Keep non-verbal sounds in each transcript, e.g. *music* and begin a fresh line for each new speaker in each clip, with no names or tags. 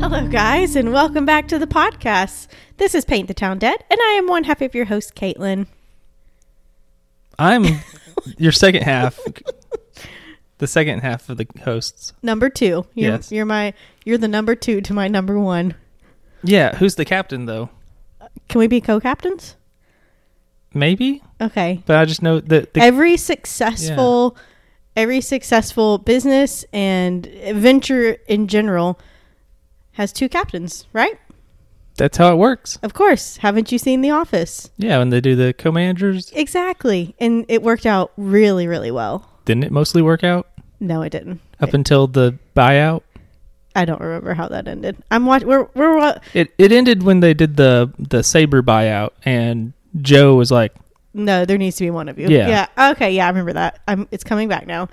Hello, guys, and welcome back to the podcast. This is Paint the Town Dead, and I am one half of your host, Caitlin.
I'm
*laughs*
your second half. The second half of the hosts.
Number two. You're,
Yes.
You're my. You're the number two to my number one.
Yeah, who's the captain though?
Can we be co-captains?
Maybe,
Okay.
but I just know that the,
every successful, every successful business and venture in general has two captains, right?
that's how it works.
Of course. Haven't you seen The Office?
Yeah, when they do the commanders,
Exactly. And it worked out really, really well.
didn't it mostly work out
No, it didn't.
up until the buyout?
I don't remember how that ended. I'm watching. We're we're wa-
It it ended when they did the the saber buyout, and Joe was like,
No, there needs to be one of you.
Yeah.
Yeah. Okay. Yeah, I remember that. I'm. It's coming back now.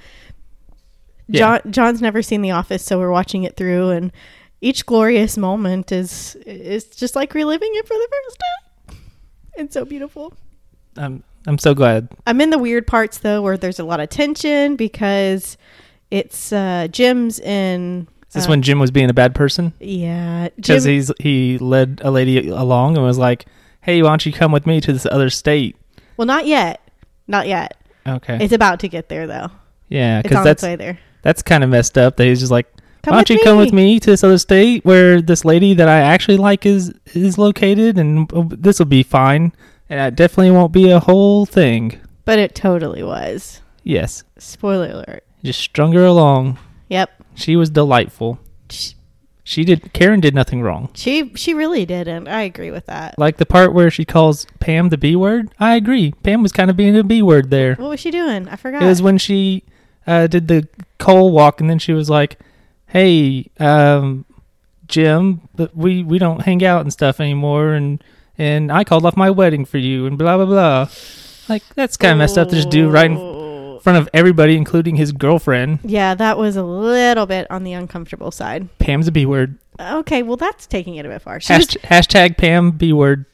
Yeah.
John. John's never seen The Office, so we're watching it through, and each glorious moment is is just like reliving it for the first time. It's so beautiful.
"I'm I'm so glad."
I'm in the weird parts though, where there's a lot of tension because it's uh, Jim's in.
Is this
uh,
when Jim was being a bad person
Yeah.
because
Jim-
he's he led a lady along and was like, "Hey, why don't you come with me to this other state?"
well, not yet. Not yet.
Okay,
It's about to get there though.
yeah,
It's
because
on its
that's
way there.
That's kind of messed up. That he's just like,
Come
why
with
don't you come
me."
with me to this other state where this lady that I actually like is is located, and oh, this will be fine, and it definitely won't be a whole thing.
But it totally was.
Yes,
Spoiler alert.
just strung her along.
Yep.
She was delightful.
Sh-
She did. Karen did nothing wrong.
She she really didn't. I agree with that.
Like the part where she calls Pam the B word. I agree. Pam was kind of being a B word there.
What was she doing? I forgot.
It was when she uh, did the coal walk, and then she was like, "Hey, um, Jim, but we we don't hang out and stuff anymore, and and I called off my wedding for you, and blah blah blah." Like that's kind of messed up to just do right in
Ooh.
front of everybody, including his girlfriend.
Yeah, that was a little bit on the uncomfortable side.
Pam's a B word.
Okay, well that's taking it a bit far. She was-
Hasht- hashtag Pam B word.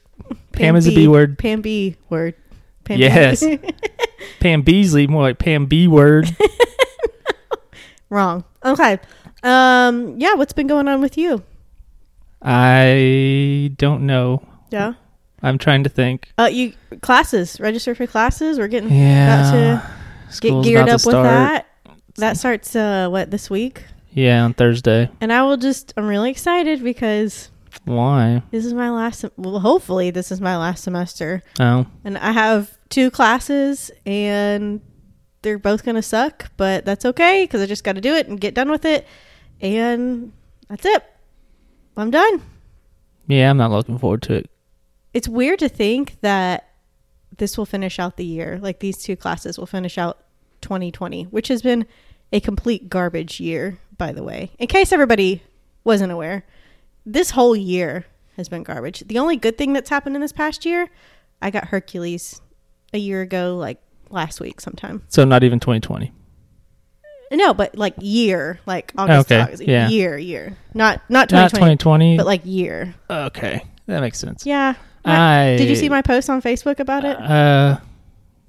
Pam, is a B word.
Pam B word. Pam
Yes.
B.
Pam Beasley, more like Pam B word.
*laughs* Wrong. Okay. Um. Yeah. What's been going on with you?
I don't know.
Yeah.
I'm trying to think.
Uh. You classes. Register for classes. We're getting about
Yeah,
to get
School's
geared
about
up
to
with
start.
that. That starts uh what this week.
Yeah, on Thursday.
And I will just. I'm really excited because
Why?
This is my last, sem- well, hopefully, this is my last semester.
Oh,
And I have two classes, and they're both going to suck, but that's okay because I just got to do it and get done with it. And that's it. I'm done.
yeah, I'm not looking forward to it.
It's weird to think that this will finish out the year. Like these two classes will finish out 2020, which has been a complete garbage year, by the way. In case everybody wasn't aware, this whole year has been garbage. The only good thing that's happened in this past year, I got Hercules a year ago, like last week sometime.
So not even 2020.
No, but like year, like August,
Oh, Okay,
August
yeah.
year, year. Not not 2020,
Not 2020.
but like year.
okay, that makes sense.
Yeah.
I,
Did you see my post on Facebook about it?
Uh,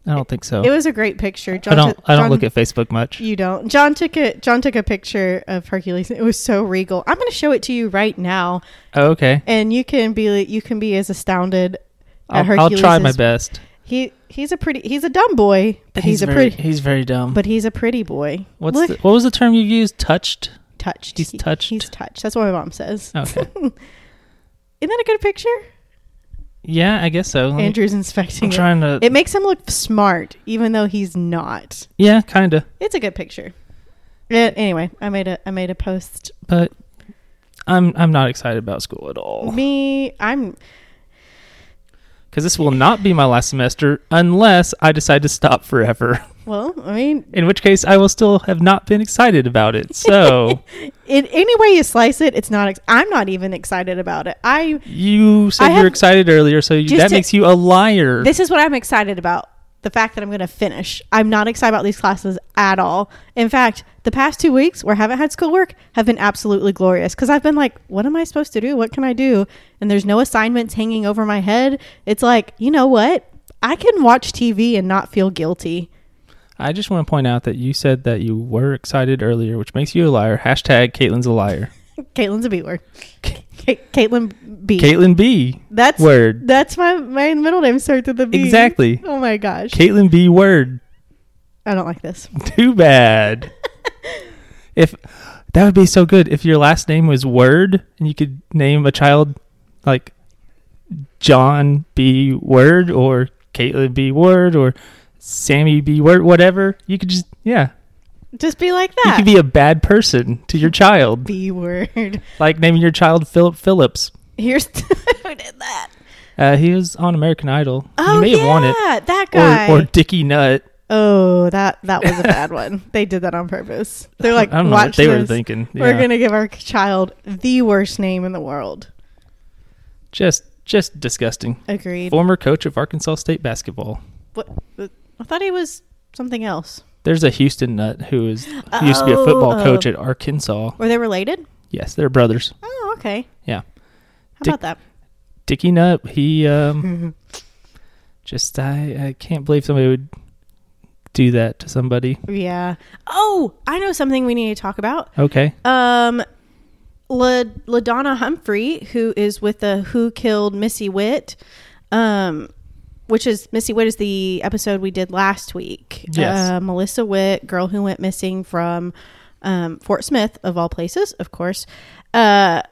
I don't think so.
It was a great picture. John
Oh. I don't.
took-
I don't
John-
look at Facebook much.
You don't. John took a John took a picture of Hercules. It was so regal. I'm going to show it to you right now,
Oh, okay,
and you can be you can be as astounded at
I'll, I'll
Hercules.
try my
as-
best.
He he's a pretty he's a dumb boy, but he's, a
very,
pretty
He's very dumb. But
but he's a pretty boy.
what's
Look,
the, what was the term you used? Touched.
touched.
he's
He-
touched? Oh.
He's touched. That's what my mom says. *laughs*
Okay.
Isn't that a good picture?
yeah, I guess so. Let me-
Andrew's
I'm
inspecting it.
trying to.
It makes him look smart, even though he's not.
yeah, kind of.
It's a good picture. Uh, anyway, I made a I made a post
But I'm I'm not excited about school at all
Me, I'm.
because this will not be my last semester unless I decide to stop forever. *laughs*
Well, I mean,
In which case, I will still have not been excited about it.
*laughs*
So
in any way you slice it, it's not. Ex- I'm not even excited about it. I.
you
I
said
have-
you're excited earlier, so you,
Just
that
to-
makes you a liar.
This is what I'm excited about. The fact that I'm going to finish. I'm not excited about these classes at all. In fact, the past two weeks where I haven't had schoolwork have been absolutely glorious because I've been like, what am I supposed to do? What can I do? And there's no assignments hanging over my head. It's like, you know what? I can watch TV and not feel guilty.
I just want to point out that you said that you were excited earlier, which makes you a liar. Hashtag Caitlin's a liar.
Caitlin's a B word. Ca- Caitlin B.
Caitlin B.
that's
Word.
That's my my middle name starts with a B.
Exactly.
Oh my gosh.
Caitlin B. Word.
I don't like this.
*laughs* Too bad. if that would be so good if your last name was Word and you could name a child like John B. Word or Caitlin B. Word or Sammy B. Word, whatever. You could just yeah.
Just be like
You
that.
could be a bad person to your child,
B word. *laughs*
like naming your child Philip Phillips.
Here's *laughs* who did that.
Uh, he was on American Idol.
Oh
you may
yeah,
have won it.
that guy.
Or, or Dickie Nut.
oh, that that
*laughs*
was a bad one. They did that on purpose. They're like,
I don't know
watch
what they were
this.
thinking.
We're
Yeah.
gonna give our child the worst name in the world.
just just disgusting.
Agreed.
Former coach of Arkansas State basketball.
What, I thought he was something else.
There's a Houston nut who is who used to be a football
Oh.
coach at Arkansas.
Were they related?
Yes, they're brothers.
Oh, okay.
Yeah,
How
Dick-
about that?
Dickie Nut. He um,
*laughs*
just I I can't believe somebody would do that to somebody.
Yeah. Oh, I know something we need to talk about.
Okay,
Um, La- LaDonna Humphrey, who is with the Who Killed Missy Witt, um, which is Missy Witt is the episode we did last week.
Yes.
Uh, Melissa Witt, girl who went missing from um, Fort Smith, of all places, of course. Uh,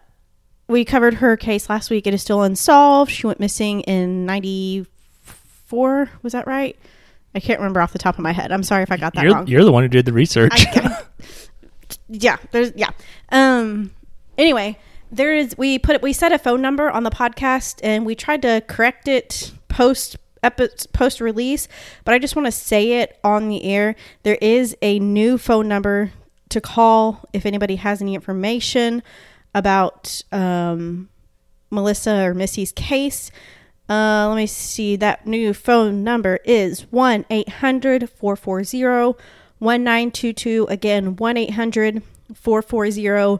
we covered her case last week. It is still unsolved. She went missing in 94. Was that right? I can't remember off the top of my head. I'm sorry if I got that
you're
wrong.
you're the one who did the research.
I- yeah there's yeah um anyway there is we put we set a phone number on the podcast and we tried to correct it post epi- post release but i just want to say it on the air there is a new phone number to call if anybody has any information about um melissa or missy's case uh, let me see. That new phone number is 1 800 440 1922. Again, 1 800 440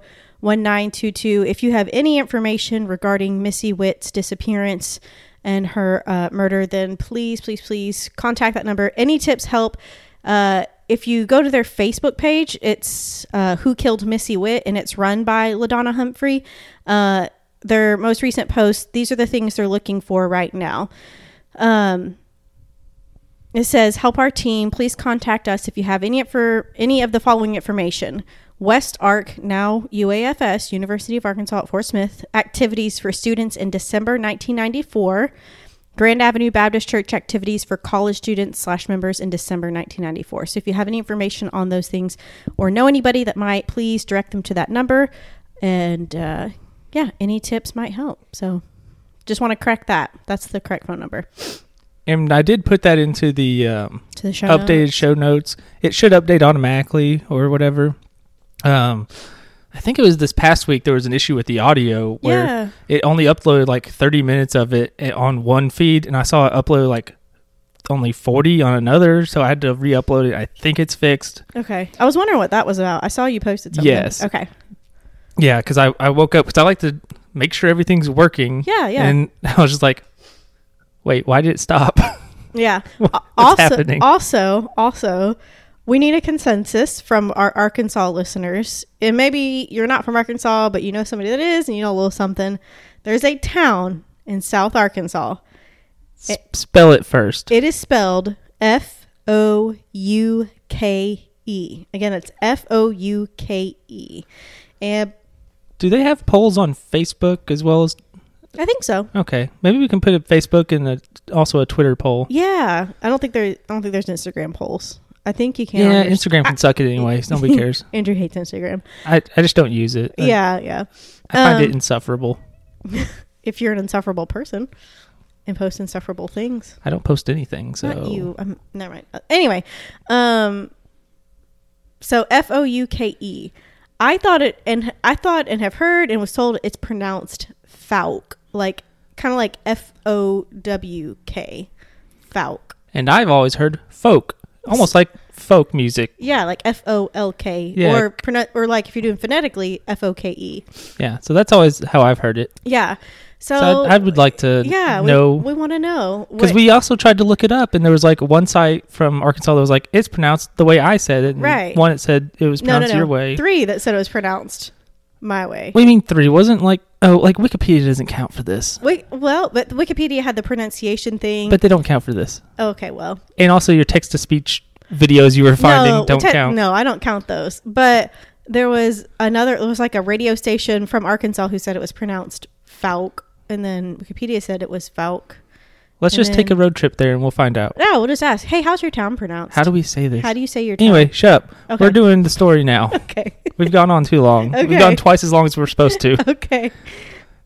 1922. If you have any information regarding Missy Witt's disappearance and her uh, murder, then please, please, please contact that number. Any tips help. Uh, if you go to their Facebook page, it's uh, Who Killed Missy Witt, and it's run by LaDonna Humphrey. Uh, their most recent post, these are the things they're looking for right now. Um, it says, "Help our team. Please contact us if you have any for any of the following information: West Arc, now UAFS, University of Arkansas at Fort Smith, activities for students in December 1994." Grand Avenue Baptist Church activities for college students slash members in December 1994. So if you have any information on those things or know anybody that might, please direct them to that number. And uh, yeah, any tips might help. So just want to correct that. That's the correct phone number
*laughs* and I did put that into the um,
to the show. notes.
updated show notes. It should update automatically or whatever. Um, I think it was this past week there was an issue with the audio where
Yeah.
it only uploaded like 30 minutes of it eh, on one feed, and I saw it upload like only 40 on another, so I had to re-upload it. I think it's fixed.
Okay. I was wondering what that was about. I saw you posted something.
Yes.
Okay.
Yeah, because I, I woke up because I like to make sure everything's working.
Yeah, yeah.
And *laughs* I was just like, wait, why did it stop? *laughs*
Yeah.
What's
also,
happening?
also, also, we need a consensus from our Arkansas listeners. And maybe you're not from Arkansas, but you know somebody that is, and you know a little something. There's a town in South Arkansas.
S- spell it first.
It is spelled F O U K E. Again, it's F O U K E. And
Do they have polls on Facebook as well as
I think so.
Okay, maybe we can put a Facebook and a, also a Twitter poll.
Yeah, I don't think there. I don't think there's Instagram polls. I think you can.
Yeah,
on your-
Instagram can suck it anyway.
*laughs*
so Nobody cares.
Andrew hates Instagram.
I, I just don't use it. I-
yeah, yeah.
I find
um,
it insufferable.
If you're an insufferable person and post insufferable things,
I don't post anything, so
not you. Um, never mind. Uh, anyway, um, so F O U K E. I thought it, and I thought and have heard and was told it's pronounced Fauk, like kind of like F O W K, Fauk.
And I've always heard folk, almost like folk music.
Yeah, like F O L K,
Yeah.
or pronoun- or like if you're doing phonetically, F O K E.
Yeah, so that's always how I've heard it.
Yeah. So,
So I, I would like to
yeah, we-
know
we, want to know
because
What-
we also tried to look it up, and there was like one site from Arkansas that was like it's pronounced the way I said it, and
Right.
One that said it was
no no
pronounced
no
your way.
three that said it was pronounced my way.
What do you mean three? Wasn't like oh, like Wikipedia doesn't count for this,
Wait, well, but Wikipedia had the pronunciation thing.
but they don't count for this.
okay, well,
And also your text to speech videos you were finding
no,
don't
te-
count.
No, I don't count those. But there was another. It was like a radio station from Arkansas who said it was pronounced Falk, and then Wikipedia said it was Falk.
Let's
and
just take a
then-
road trip there and we'll find out.
No, we'll just ask. Hey, how's your town pronounced?
How do we say this?
How do you say your town?
anyway, shut up.
Okay.
We're doing the story now.
*laughs* Okay.
We've gone on too long.
Okay.
We've gone twice as long as we're
*laughs*
supposed to.
okay.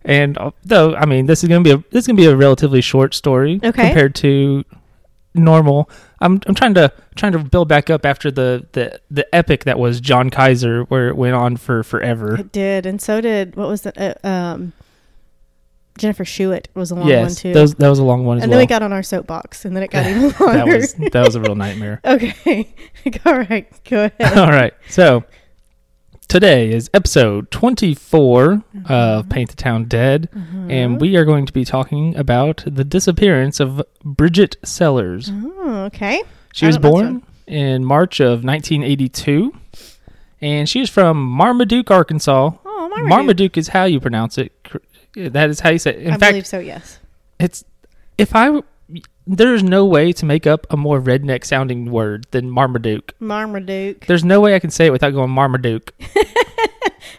and uh, though I mean, this is gonna be a this is gonna be a relatively short story
Okay.
compared to normal. I'm I'm trying to trying to build back up after the the the epic that was John Kaiser, where it went on for forever.
It did, and so did what was the uh, um, Jennifer Shewitt was a long one
yes,
too.
those that was a long one as
and then
well.
we got on our soapbox, and then it got
*laughs*
even
that
longer. *laughs*
was that was a real nightmare.
okay. *laughs* All right. Go ahead.
*laughs* All right, so today is episode 24
Mm-hmm.
of Paint the Town Dead,
Uh-huh.
and we are going to be talking about the disappearance of Bridget Sellers.
Oh, okay.
She
I
was
don't know this
born in March of 1982, and she was from Marmaduke, Arkansas.
Oh,
Marmaduke,
Marmaduke.
is how you pronounce it. cor- That is how you say. It. In
I
fact,
believe so. Yes.
it's if I there is no way to make up a more redneck sounding word than Marmaduke.
Marmaduke.
There's no way I can say it without going Marmaduke.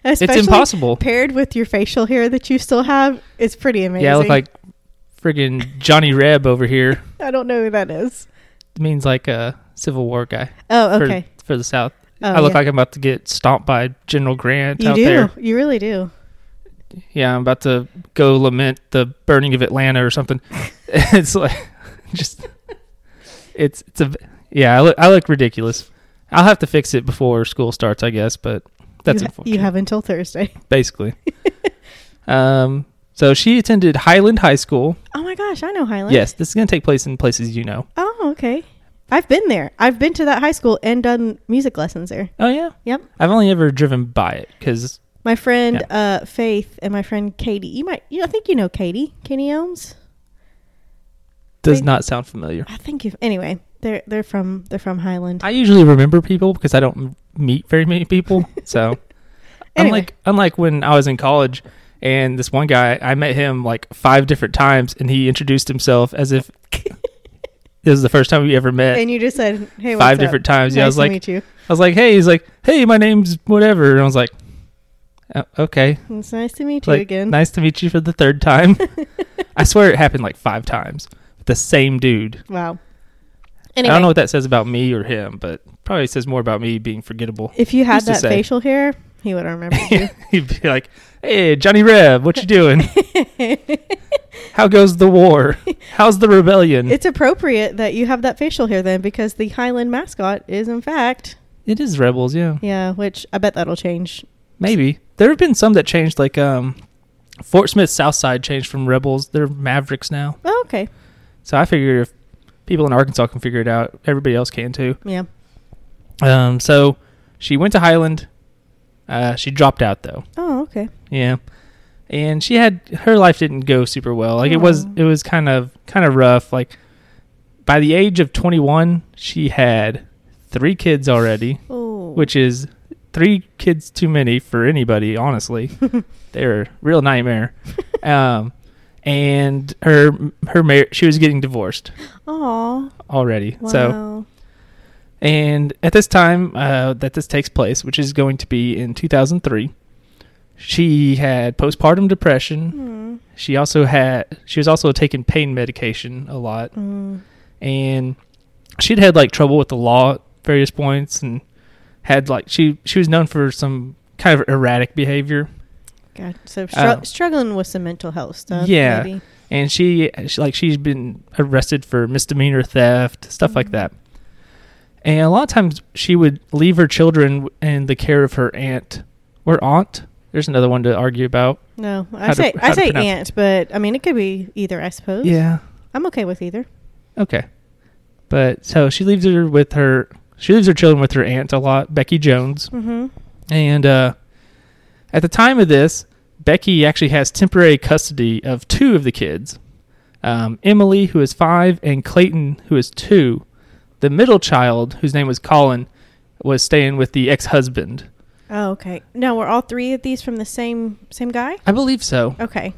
Especially
it's impossible.
Paired with your facial hair that you still have, it's pretty amazing.
Yeah, I look like friggin' Johnny Reb over here.
I don't know who that is.
It means like a Civil War guy
Oh, okay.
for, for the South.
Oh,
I look
yeah.
like I'm about to get stomped by General Grant
you
out
do.
there.
You really do.
yeah, I'm about to go lament the burning of Atlanta
*laughs*
or something. *laughs* it's like *laughs* just it's it's a yeah. I look I look ridiculous. I'll have to fix it before school starts, I guess. But that's
you, ha-
unfortunate.
you have until Thursday. *laughs*
basically. um. So she attended Highland High School.
Oh my gosh, I know Highland.
Yes, this is going to take place in places you know.
Oh, okay. I've been there. I've been to that high school and done music lessons there.
Oh yeah.
Yep.
I've only ever driven by it because
My friend uh, Faith and my friend Katie. You might, you, I think you know Katie. Katie Elms.
does
Wait.
not sound familiar.
I think if anyway, they're they're from they're from Highland.
I usually remember people because I don't m- meet very many people. So,
*laughs* Anyway.
unlike unlike when I was in college, and this one guy, I met him like five different times, and he introduced himself
*laughs*
as if this is the first time we ever met.
and you just said, "Hey, what's
uh, five
up?
different times.
Nice
Yeah, I was
to
like,
meet you.
I was like, hey. He's like, hey, my name's whatever, and I was like, "Oh, okay,
It's nice to meet you
like
again."
nice to meet you for the
*laughs*
third time. I swear it happened like five times. with The same dude.
Wow. Anyway,
I don't know what that says about me or him, but probably says more about me being forgettable.
if you had
used to
that
say.
facial hair, he would remember you.
*laughs* He'd be like, "Hey, Johnny Reb, what you doing?
*laughs*
How goes the war? How's the rebellion?
it's appropriate that you have that facial hair then, because the Highland mascot is, in fact,
it is rebels, yeah.
yeah. Which I bet that'll change.
Maybe there have been some that changed, like um, Fort Smith Southside changed from rebels. They're Mavericks now.
Oh, okay.
So I figure if people in Arkansas can figure it out, everybody else can too.
Yeah.
Um, so she went to Highland. Uh, she dropped out though.
Oh, okay.
Yeah. And she had her life didn't go super well. Like it was
Aw.
it was kind of kind of rough. Like by the age of 21, she had three kids already,
Oh.
which is three kids too many for anybody,
*laughs*
honestly. They're a real nightmare. um and her her mar- she was getting divorced
Aw.
already.
Wow.
So and at this time uh, that this takes place, which is going to be in 2003, she had postpartum depression.
Hmm.
She also had she was also taking pain medication a lot,
Mm.
and she'd had like trouble with the law at various points, and had like she she was known for some kind of erratic behavior,
God. So str-
Oh.
struggling with some mental health stuff.
Yeah.
Maybe.
and she, she like she's been arrested for misdemeanor theft stuff like
Mhm.
that, and a lot of times she would leave her children in the care of her aunt or aunt. There's another one to argue about.
No, I
How to-
say
how
I
to
say
pronounce it.
aunt, but I mean it could be either. I suppose.
Yeah,
I'm okay with either.
Okay. But so she leaves her with her she leaves her children with her aunt a lot, Becky Jones.
Mm-hmm.
And uh at the time of this, Becky actually has temporary custody of two of the kids. Um, Emily, who is five, and Clayton, who is two. The middle child, whose name was Colin, was staying with the ex husband.
Oh, okay. No, we're all three of these from the same same guy.
I believe so.
Okay,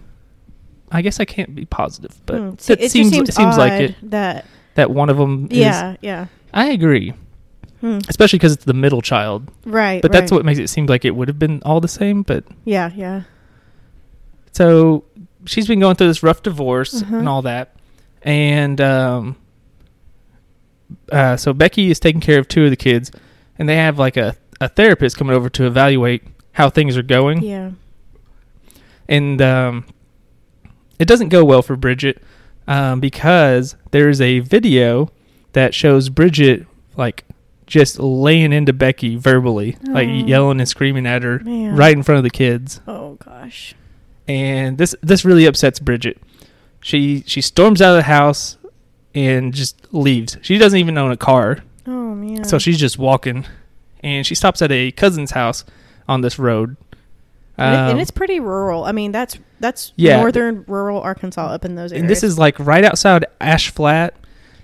I guess I can't be positive, but
Hmm. See,
that
it
seems
just seems,
seems like
odd
it.
That
That one of them. Is,
yeah, yeah,
I agree,
Hmm.
especially because it's the middle child.
right.
But that's
right.
what makes it seem like it would have been all the same. But
Yeah, yeah.
so she's been going through this rough divorce
Uh-huh.
and all that, and um, uh, so Becky is taking care of two of the kids, and they have like a a therapist coming over to evaluate how things are going.
Yeah.
and um, it doesn't go well for Bridget um, because there is a video that shows Bridget like just laying into Becky verbally, like
Aw.
yelling and screaming at her
Man.
right in front of the kids,
Oh gosh.
and this this really upsets Bridget. She she storms out of the house and just leaves. She doesn't even own a car,
Oh man.
so she's just walking, and she stops at a cousin's house on this road.
and, it- and
Um,
it's pretty rural. I mean, that's that's
Yeah.
northern rural Arkansas up in those areas.
And this is like right outside Ash Flat.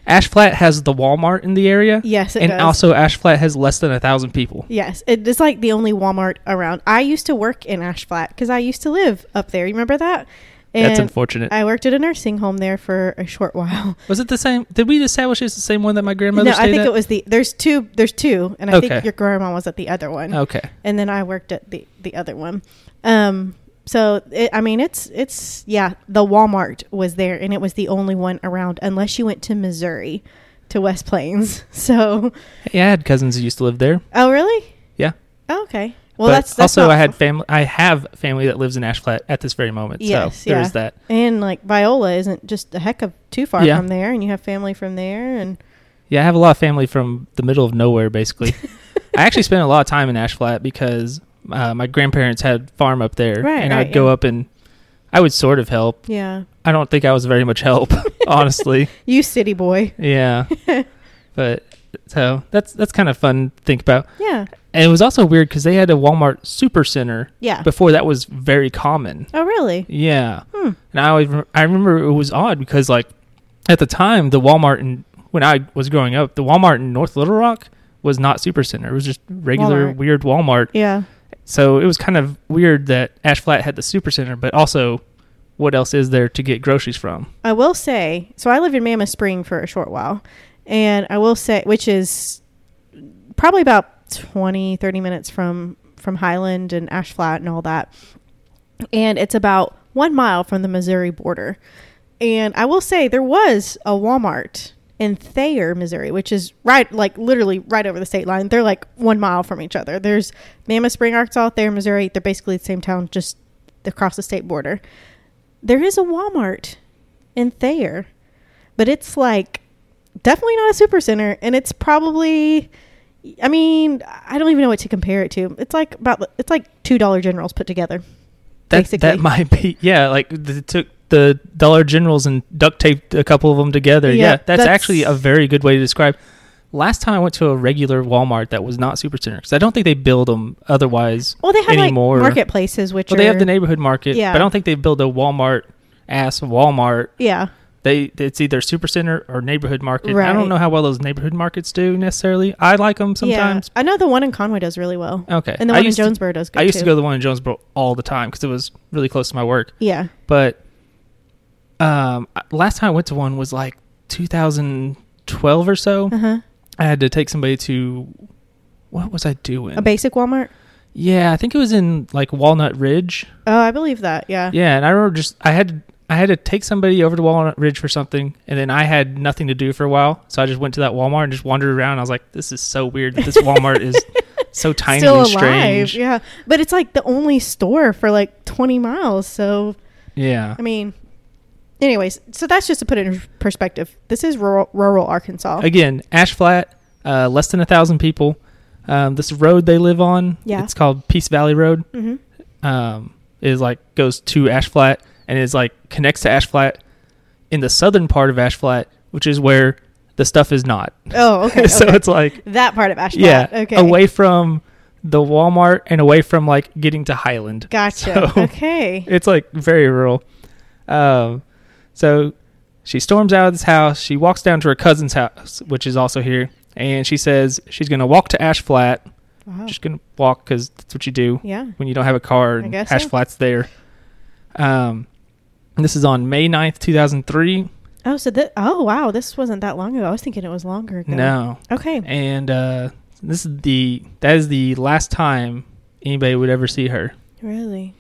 Ash Flat has the Walmart in the area.
yes, it
and
does.
also Ash Flat has less than a thousand people.
Yes, it is like the only Walmart around. I used to work in Ash Flat because I used to live up there. You remember that?
That's
And
unfortunate.
I worked at a nursing home there for a short *laughs* while.
was it the same? Did we establish it's the same one that my grandmother
no,
stayed
I think
at?
it was the there's two there's two, and I
Okay.
think your grandma was at the other one,
Okay.
and then I worked at the the other one. Um, so it, I mean, it's it's yeah, the Walmart was there, and it was the only one around, unless you went to Missouri, to West Plains. *laughs* So,
Hey, I had cousins who used to live there.
oh really?
Yeah.
Oh, okay. Well,
But
that's, that's
also
not-
I had family. I have family that lives in Ash Flat at this very moment.
Yes,
so there
yeah.
is that.
And like Viola isn't just a heck of too far
Yeah.
from there, and you have family from there, and
Yeah, I have a lot of family from the middle of
*laughs*
nowhere, basically. I actually spent a lot of time in Ash Flat because uh, my grandparents had farm up there,
Right,
and
right,
I'd go
yeah.
up and I would sort of help.
yeah,
I don't think I was very much help, *laughs* honestly.
you city boy,
Yeah.
*laughs*
but so that's that's kind of fun to think about.
yeah,
And it was also weird because they had a Walmart Supercenter
yeah.
before that was very common.
oh really?
Yeah.
Hmm.
And I always, rem- I remember it was odd because like at the time the Walmart in when I was growing up, the Walmart in North Little Rock was not Supercenter. It was just regular
Walmart.
weird Walmart.
Yeah,
So it was kind of weird that Ash Flat had the Supercenter, but also what else is there to get groceries from?
I will say. So I lived in Mammoth Spring for a short while, and I will say, which is probably about 20, 30 minutes from from Highland and Ash Flat and all that, and it's about one mile from the Missouri border. And I will say there was a Walmart in Thayer, Missouri, which is right, like literally right over the state line. They're like one mile from each other. There's Mammoth Spring, Arkansas, Thayer, Missouri. They're basically the same town, just across the state border. There is a Walmart in Thayer, but it's like definitely not a supercenter, and it's probably. I mean, I don't even know what to compare it to. It's like about it's like two dollar generals put together.
That,
Basically.
that might be yeah. Like they took the Dollar Generals and duct taped a couple of them together. Yeah,
Yeah,
that's,
that's-
actually a very good way to describe. Last time I went to a regular Walmart that was not Supercenter because I don't think they build them otherwise.
Well, they have
Anymore.
like marketplaces, which
Well, they have
are-
the neighborhood market,
Yeah.
but I don't think they build a Walmart ass Walmart.
Yeah,
They it's either Supercenter or neighborhood market. I
Right.
don't know how well those neighborhood markets do necessarily. I like them sometimes.
Yeah. I know the one in Conway does really well.
Okay,
And the
I
one in
used to-
Jonesboro does good
I used
too.
to go to the one in Jonesboro all the time because it was really close to my work.
Yeah.
but um I- last time i went to one was like 2012 or so
Uh-huh.
i had to take somebody to what was i doing
A basic Walmart?
yeah i think it was in like walnut ridge
Oh, I believe that. Yeah.
yeah and i remember just i had i had to take somebody over to walnut ridge for something and then i had nothing to do for a while so i just went to that walmart and just wandered around i was like this is so weird that this
*laughs*
walmart is so tiny
Still
and
alive.
strange
Yeah. But it's like the only store for like 20 miles, so
yeah
I mean anyways, so that's just to put it in perspective. This is rural, rural Arkansas.
again, Ash Flat, uh, less than a thousand people. Um, this road they live on,
Yeah.
it's called Peace Valley Road.
Mhm.
Um, is like goes to Ash Flat and is like connects to Ash Flat in the southern part of Ash Flat, which is where the stuff is not.
Oh, okay.
*laughs* so
okay.
it's like
that part of Ashland.
yeah,
Okay.
away from the Walmart and away from like getting to Highland.
Gotcha.
*laughs* So-
okay.
It's like very rural. Um, so she storms out of this house. She walks down to her cousin's house, which is also here, and she says she's going to walk to Ash Flat,
Wow.
Just gonna walk because that's what you do
Oh. yeah.
when you don't have a car
I
and
guess
hash
so.
flats there. Um, and this is on May 9th, 2003.
Oh, so that. Oh, wow. This wasn't that long ago. I was thinking it was longer ago.
No.
Okay.
And uh, this is the that is the last time anybody would ever see her.
Really.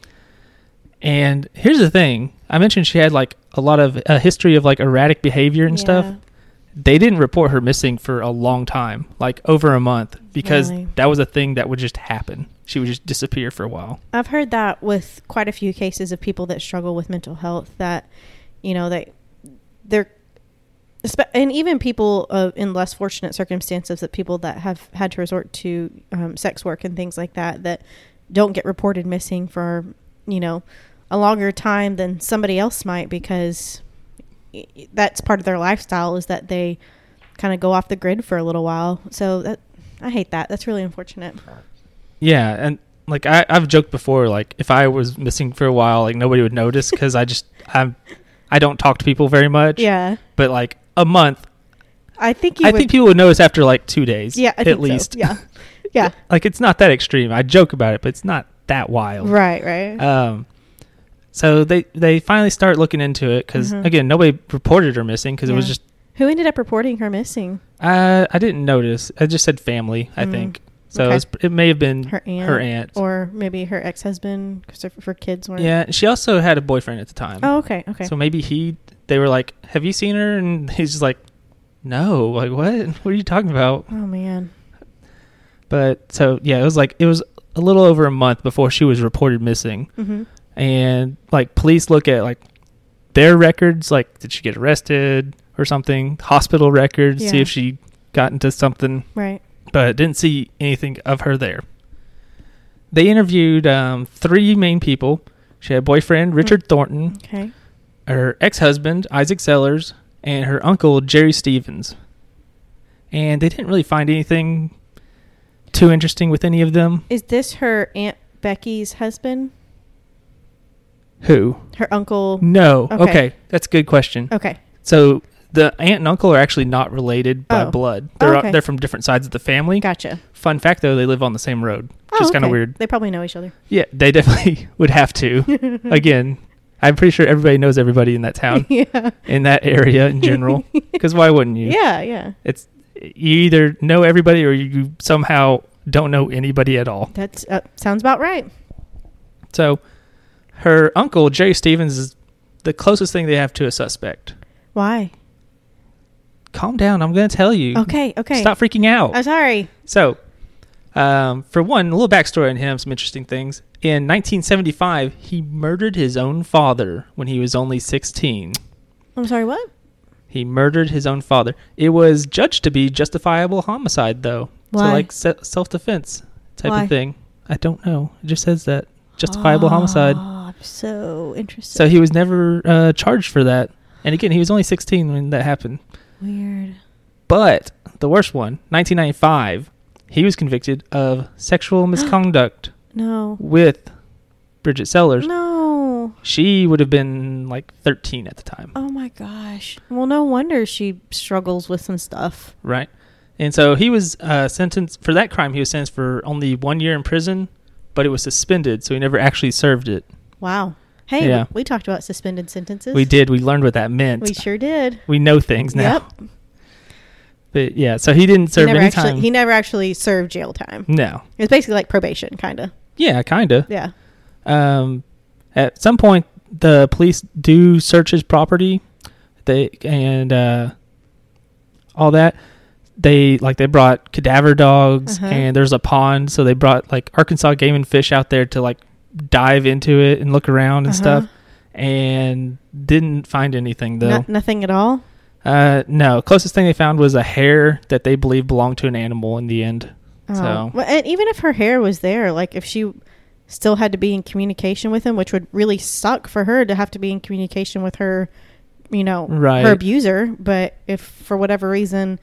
And here's the thing. I mentioned she had like a lot of a history of like erratic behavior and
Yeah.
stuff. They didn't report her missing for a long time, like over a month, because
Really?
that was a thing that would just happen. She would just disappear for a while.
I've heard that with quite a few cases of people that struggle with mental health that, you know, they, they're, espe- and even people uh, in less fortunate circumstances that people that have had to resort to um, sex work and things like that, that don't get reported missing for, you know, a longer time than somebody else might because y- y- that's part of their lifestyle is that they kind of go off the grid for a little while. So that, I hate that. That's really unfortunate.
Yeah, and like I, I've joked before, like if I was missing for a while, like nobody would notice because I just I'm I don't talk to people very much.
Yeah.
but like a month,
I think you
I
would
think people would notice after like two days.
Yeah, I
at
think so.
least.
Yeah, yeah.
*laughs* like it's not that extreme. I joke about it, but it's not that wild.
right, right.
Um, so they they finally start looking into it because
Mhm.
again, nobody reported her missing because it was
Yeah.
just
Who ended up reporting her missing?
uh, I didn't notice. I just said family. I
Mm.
think so.
Okay.
It, was, it may have been
Her aunt,
Her aunt.
or maybe her ex-husband, because her, her kids weren't.
yeah, she also had a boyfriend at the time.
Oh, okay, okay.
So maybe he, they were like, "Have you seen her?" And *laughs* he's just like, "No, like what? *laughs* What are you talking about?"
oh man.
But so yeah, it was like it was a little over a month before she was reported missing,
Mm-hmm.
and like police look at like their records, like did she get arrested or something, hospital records, see
Yeah.
if she got into something,
Right.
but didn't see anything of her there. They interviewed um, three main people. She had a boyfriend
Mm.
Richard Thornton,
Okay.
her ex-husband Isaac Sellers and her uncle Jerry Stevens. And they didn't really find anything too interesting with any of them.
Is this her aunt Becky's husband?
Who?
Her uncle?
No.
Okay.
Okay, that's a good question.
Okay.
So the aunt and uncle are actually not related by
Oh.
blood. They're
Okay.
they're from different sides of the family.
Gotcha. Oh,
Fun fact though, they live on the same road, which is kind of
okay.
weird.
They probably know each other.
Yeah, they definitely *laughs* would have
*laughs*
to. Again, I'm pretty sure everybody knows everybody in that town,
yeah.
in that area
*laughs*
in general. Because why wouldn't you?
Yeah. Yeah.
it's you either know everybody or you somehow don't know anybody at all.
That's uh, sounds about right.
So her uncle Jerry Stevens is the closest thing they have to a suspect.
Why?
Calm down, I'm going to tell you.
Okay. Okay.
Stop freaking out.
I'm sorry.
so, um, for one, a little backstory on him, some interesting things. In 1975, he murdered his own father when he was only 16.
I'm sorry. What?
He murdered his own father. It was judged to be justifiable homicide, though.
Why?
So, like se- self defense type
Why?
of thing. I don't know. It just says that justifiable homicide.
Ah, I'm so interested.
So he was never uh, charged for that. And again, he was only 16 when that happened.
weird.
But the worst one, 1995, he was convicted of sexual
*gasps*
misconduct *gasps*
No.
with Bridget Sellers.
No.
She would have been like 13 at the time.
Oh my gosh. Well, no wonder she struggles with some stuff.
Right. And so he was uh, sentenced for that crime. He was sentenced for only one year in prison, but it was suspended, so he never actually served it.
Wow. Hey, we-
Yeah.
we, talked about suspended sentences.
We did. We learned what that meant.
We sure did.
We know things now.
Yep.
But yeah, so he didn't
He
serve
never,
any
actually,
time.
he never actually served jail time.
no.
It was basically like probation, kind of.
Yeah, kind of.
Yeah.
Um, at some point, the police do search his property, they and uh, all that. They like they brought cadaver dogs,
Uh-huh.
and there's a pond, so they brought like Arkansas Game and Fish out there to like dive into it and look around and
Uh-huh.
stuff, and didn't find anything though.
No- nothing at all.
uh, no, closest thing they found was a hair that they believe belonged to an animal. In the end,
Oh.
So-
Well, and even if her hair was there, like if she still had to be in communication with him, which would really suck for her to have to be in communication with her, you know,
Right.
her abuser. But if for whatever reason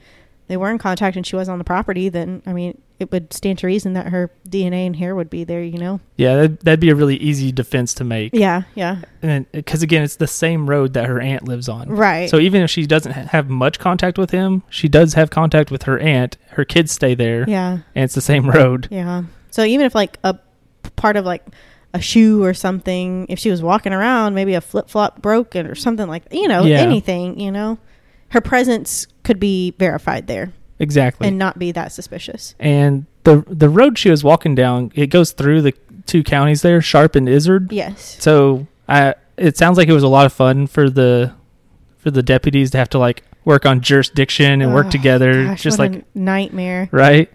they were in contact and she was on the property, then I mean, it would stand to reason that her DNA and hair would be there, you know?
Yeah, that'd, that'd be a really easy defense to make.
Yeah, yeah.
And because again, it's the same road that her aunt lives on.
Right.
So even if she doesn't ha- have much contact with him, she does have contact with her aunt. Her kids stay there,
yeah,
and it's the same road.
yeah. So even if like a part of like a shoe or something, if she was walking around, maybe a flip flop broken or something like you know,
Yeah.
anything, you know, her presence could be verified there
Exactly.
and not be that suspicious.
and the the road she was walking down it goes through the two counties there sharp and izzard
Yes.
so i it sounds like it was a lot of fun for the for the deputies to have to like work on jurisdiction and work
Oh,
together
gosh,
just
what a
like
nightmare.
right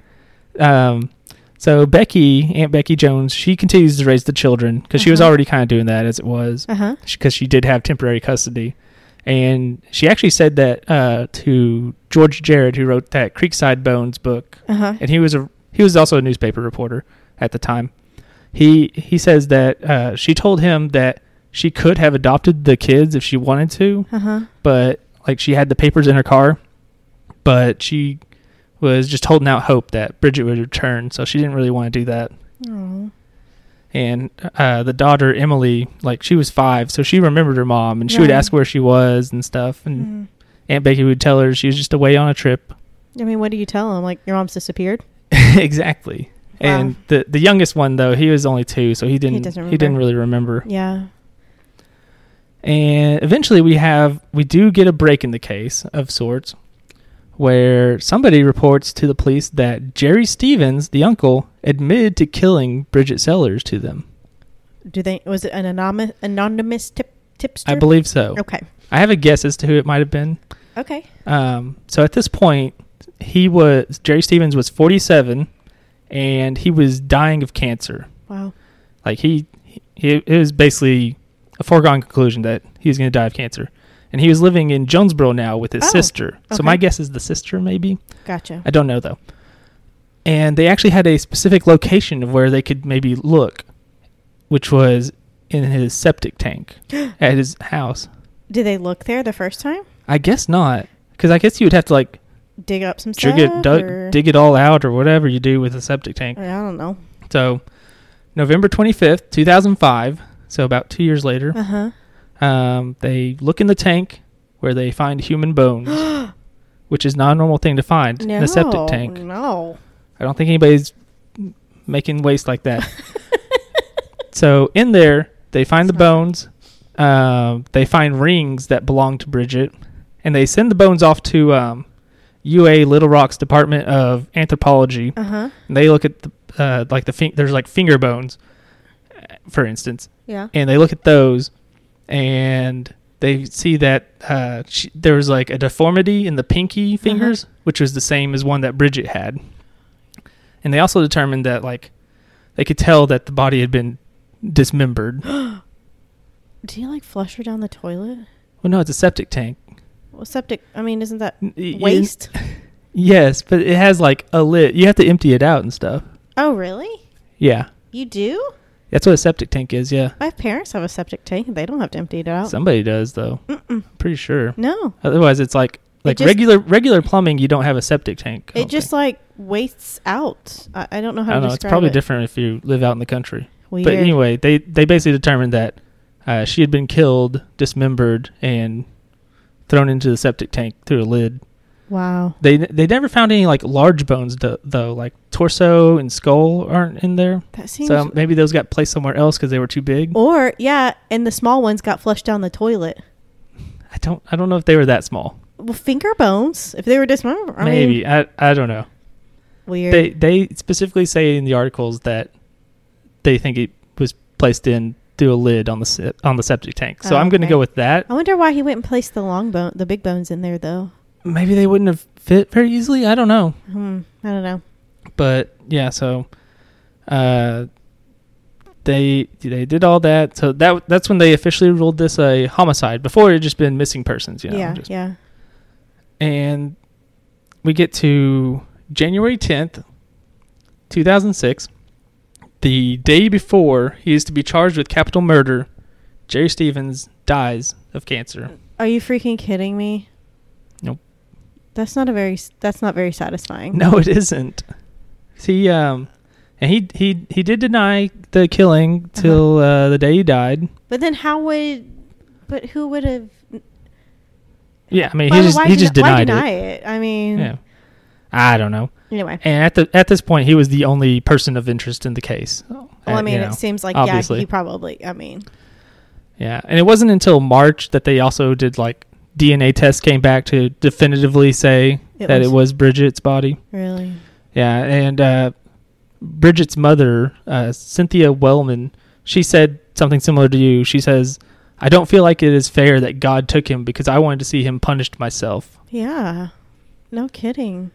um so becky aunt becky jones she continues to raise the children because she was
Uh-huh.
already kind of doing that as it was
Uh huh.
because she did have temporary custody. And she actually said that uh, to George Jarrett, who wrote that Creekside Bones book,
Uh huh.
and he was a he was also a newspaper reporter at the time. He he says that uh, she told him that she could have adopted the kids if she wanted to,
Uh huh.
but like she had the papers in her car, but she was just holding out hope that Bridget would return, so she didn't really want to do that Mm.
Oh.
and uh, the daughter Emily, like she was five, so she remembered her mom, and she would
Right.
ask where she was and stuff. And
Mm.
Aunt Becky would tell her she was just away on a trip. *laughs*
I mean, what do you tell them? Like your mom's disappeared.
exactly. And
Wow.
the the youngest one though, he was only two, so he didn't
doesn't
he didn't
remember.
really remember.
Yeah.
And eventually, we have we do get a break in the case of sorts, where somebody reports to the police that Jerry Stevens, the uncle, admitted to killing Bridget Sellers to them.
Do they? Was it an anonymous anonymous tip tipster?
I believe so.
Okay.
I have a guess as to who it might have been.
Okay.
Um, so at this point, he was Jerry Stevens was 47, and he was dying of cancer.
Wow.
Like he, he it was basically a foregone conclusion that he was going to die of cancer, and he was living in Jonesboro now with his
Oh,
sister. So
okay.
my guess is the sister, maybe.
Gotcha.
I don't know though. And they actually had a specific location of where they could maybe look, which was in his
*gasps*
septic tank at his house.
Did they look there the first time?
I guess not, because I guess you would have to like
Dig up some
dig
stuff.
it,
or-
dug, dig it all out, or whatever you do with a septic tank.
I don't know.
So, November twenty fifth, two thousand five. So about two years later,
Uh
*gasps*
huh.
um, they look in the tank where they find
*gasps*
human bones, which is not a normal thing to find
No.
in a septic tank.
No.
I don't think anybody's making waste
*laughs*
like *laughs* that. so in there, they find the
It's not-
bones. Um, they find rings that belong to Bridget, and they send the bones off to um, UA Little Rock's Department of Anthropology.
Uh huh.
And they look at the uh, like the fin- there's like finger bones, uh, for instance,
Yeah.
and they look at those, and they see that uh, sh there was like a deformity in the pinky
Uh-huh.
fingers, which was the same as one that Bridget had. And they also determined that like they could tell that the body had been
*gasps*
dismembered. well,
Do you like flush her down the toilet?
no, it's a septic tank.
Well, septic. I mean, isn't that
N- y-
waste?
*laughs* Yes, but it has like a lid. You have to empty it out and stuff.
*laughs* Oh, really?
Yeah,
You do?
that's what a septic tank is. Yeah,
My parents have a septic tank. They don't have to empty it out.
somebody does though.
Mm-mm.
Pretty sure.
No.
Otherwise, it's like like
just-
regular regular plumbing. You don't have a septic tank.
It just like wastes out. I, I don't know
I
how
don't
to
know. It's
describe
probably
it.
different if you live out in the country.
Weird.
But anyway, they they basically determined that uh, she had been killed, dismembered, and thrown into the septic tank through a lid.
Wow.
They they never found any like large bones do- though, like torso and skull aren't in there.
That seems.
so um, maybe those got placed somewhere else because they were too big.
or yeah, and the small ones got flushed down the toilet.
I don't I don't know if they were that small.
Well, finger bones. If they were dismembered, I
maybe
mean,
I I don't know.
weird.
They they specifically say in the articles that they think it was placed in through a lid on the se- on the septic tank. So
Oh,
I'm going to
okay.
go with that.
I wonder why he went and placed the long bone, the big bones in there though.
Maybe they wouldn't have fit very easily. I don't know,
Hmm. I don't know.
but yeah. So uh, they they did all that. So that that's when they officially ruled this a homicide. Before it had just been missing persons. You know,
yeah.
just-
yeah.
And we get to January 10th, 2006. The day before he is to be charged with capital murder, Jerry Stevens dies of cancer.
Are you freaking kidding me?
Nope.
That's not a very that's not very satisfying.
No, it isn't. He um, and he he he did deny the killing
Uh-huh.
till uh the day he died.
But then how would but who would have
Yeah, I mean
why-
he just
why
he
deni-
just
why
denied
deny
it.
it? I mean
Yeah, I don't know.
anyway.
And at the at this point, he was the only person of interest in the case.
Well,
Uh,
I mean,
you know.
it seems like
obviously.
yeah, he probably. I mean,
Yeah, and it wasn't until March that they also did like DNA tests came back to definitively say
It
that
was-
it was Bridget's body.
really.
Yeah, and uh, Bridget's mother, uh, Cynthia Wellman, she said something similar to you. She says, "I don't feel like it is fair that God took him because I wanted to see him punished myself."
Yeah. No kidding.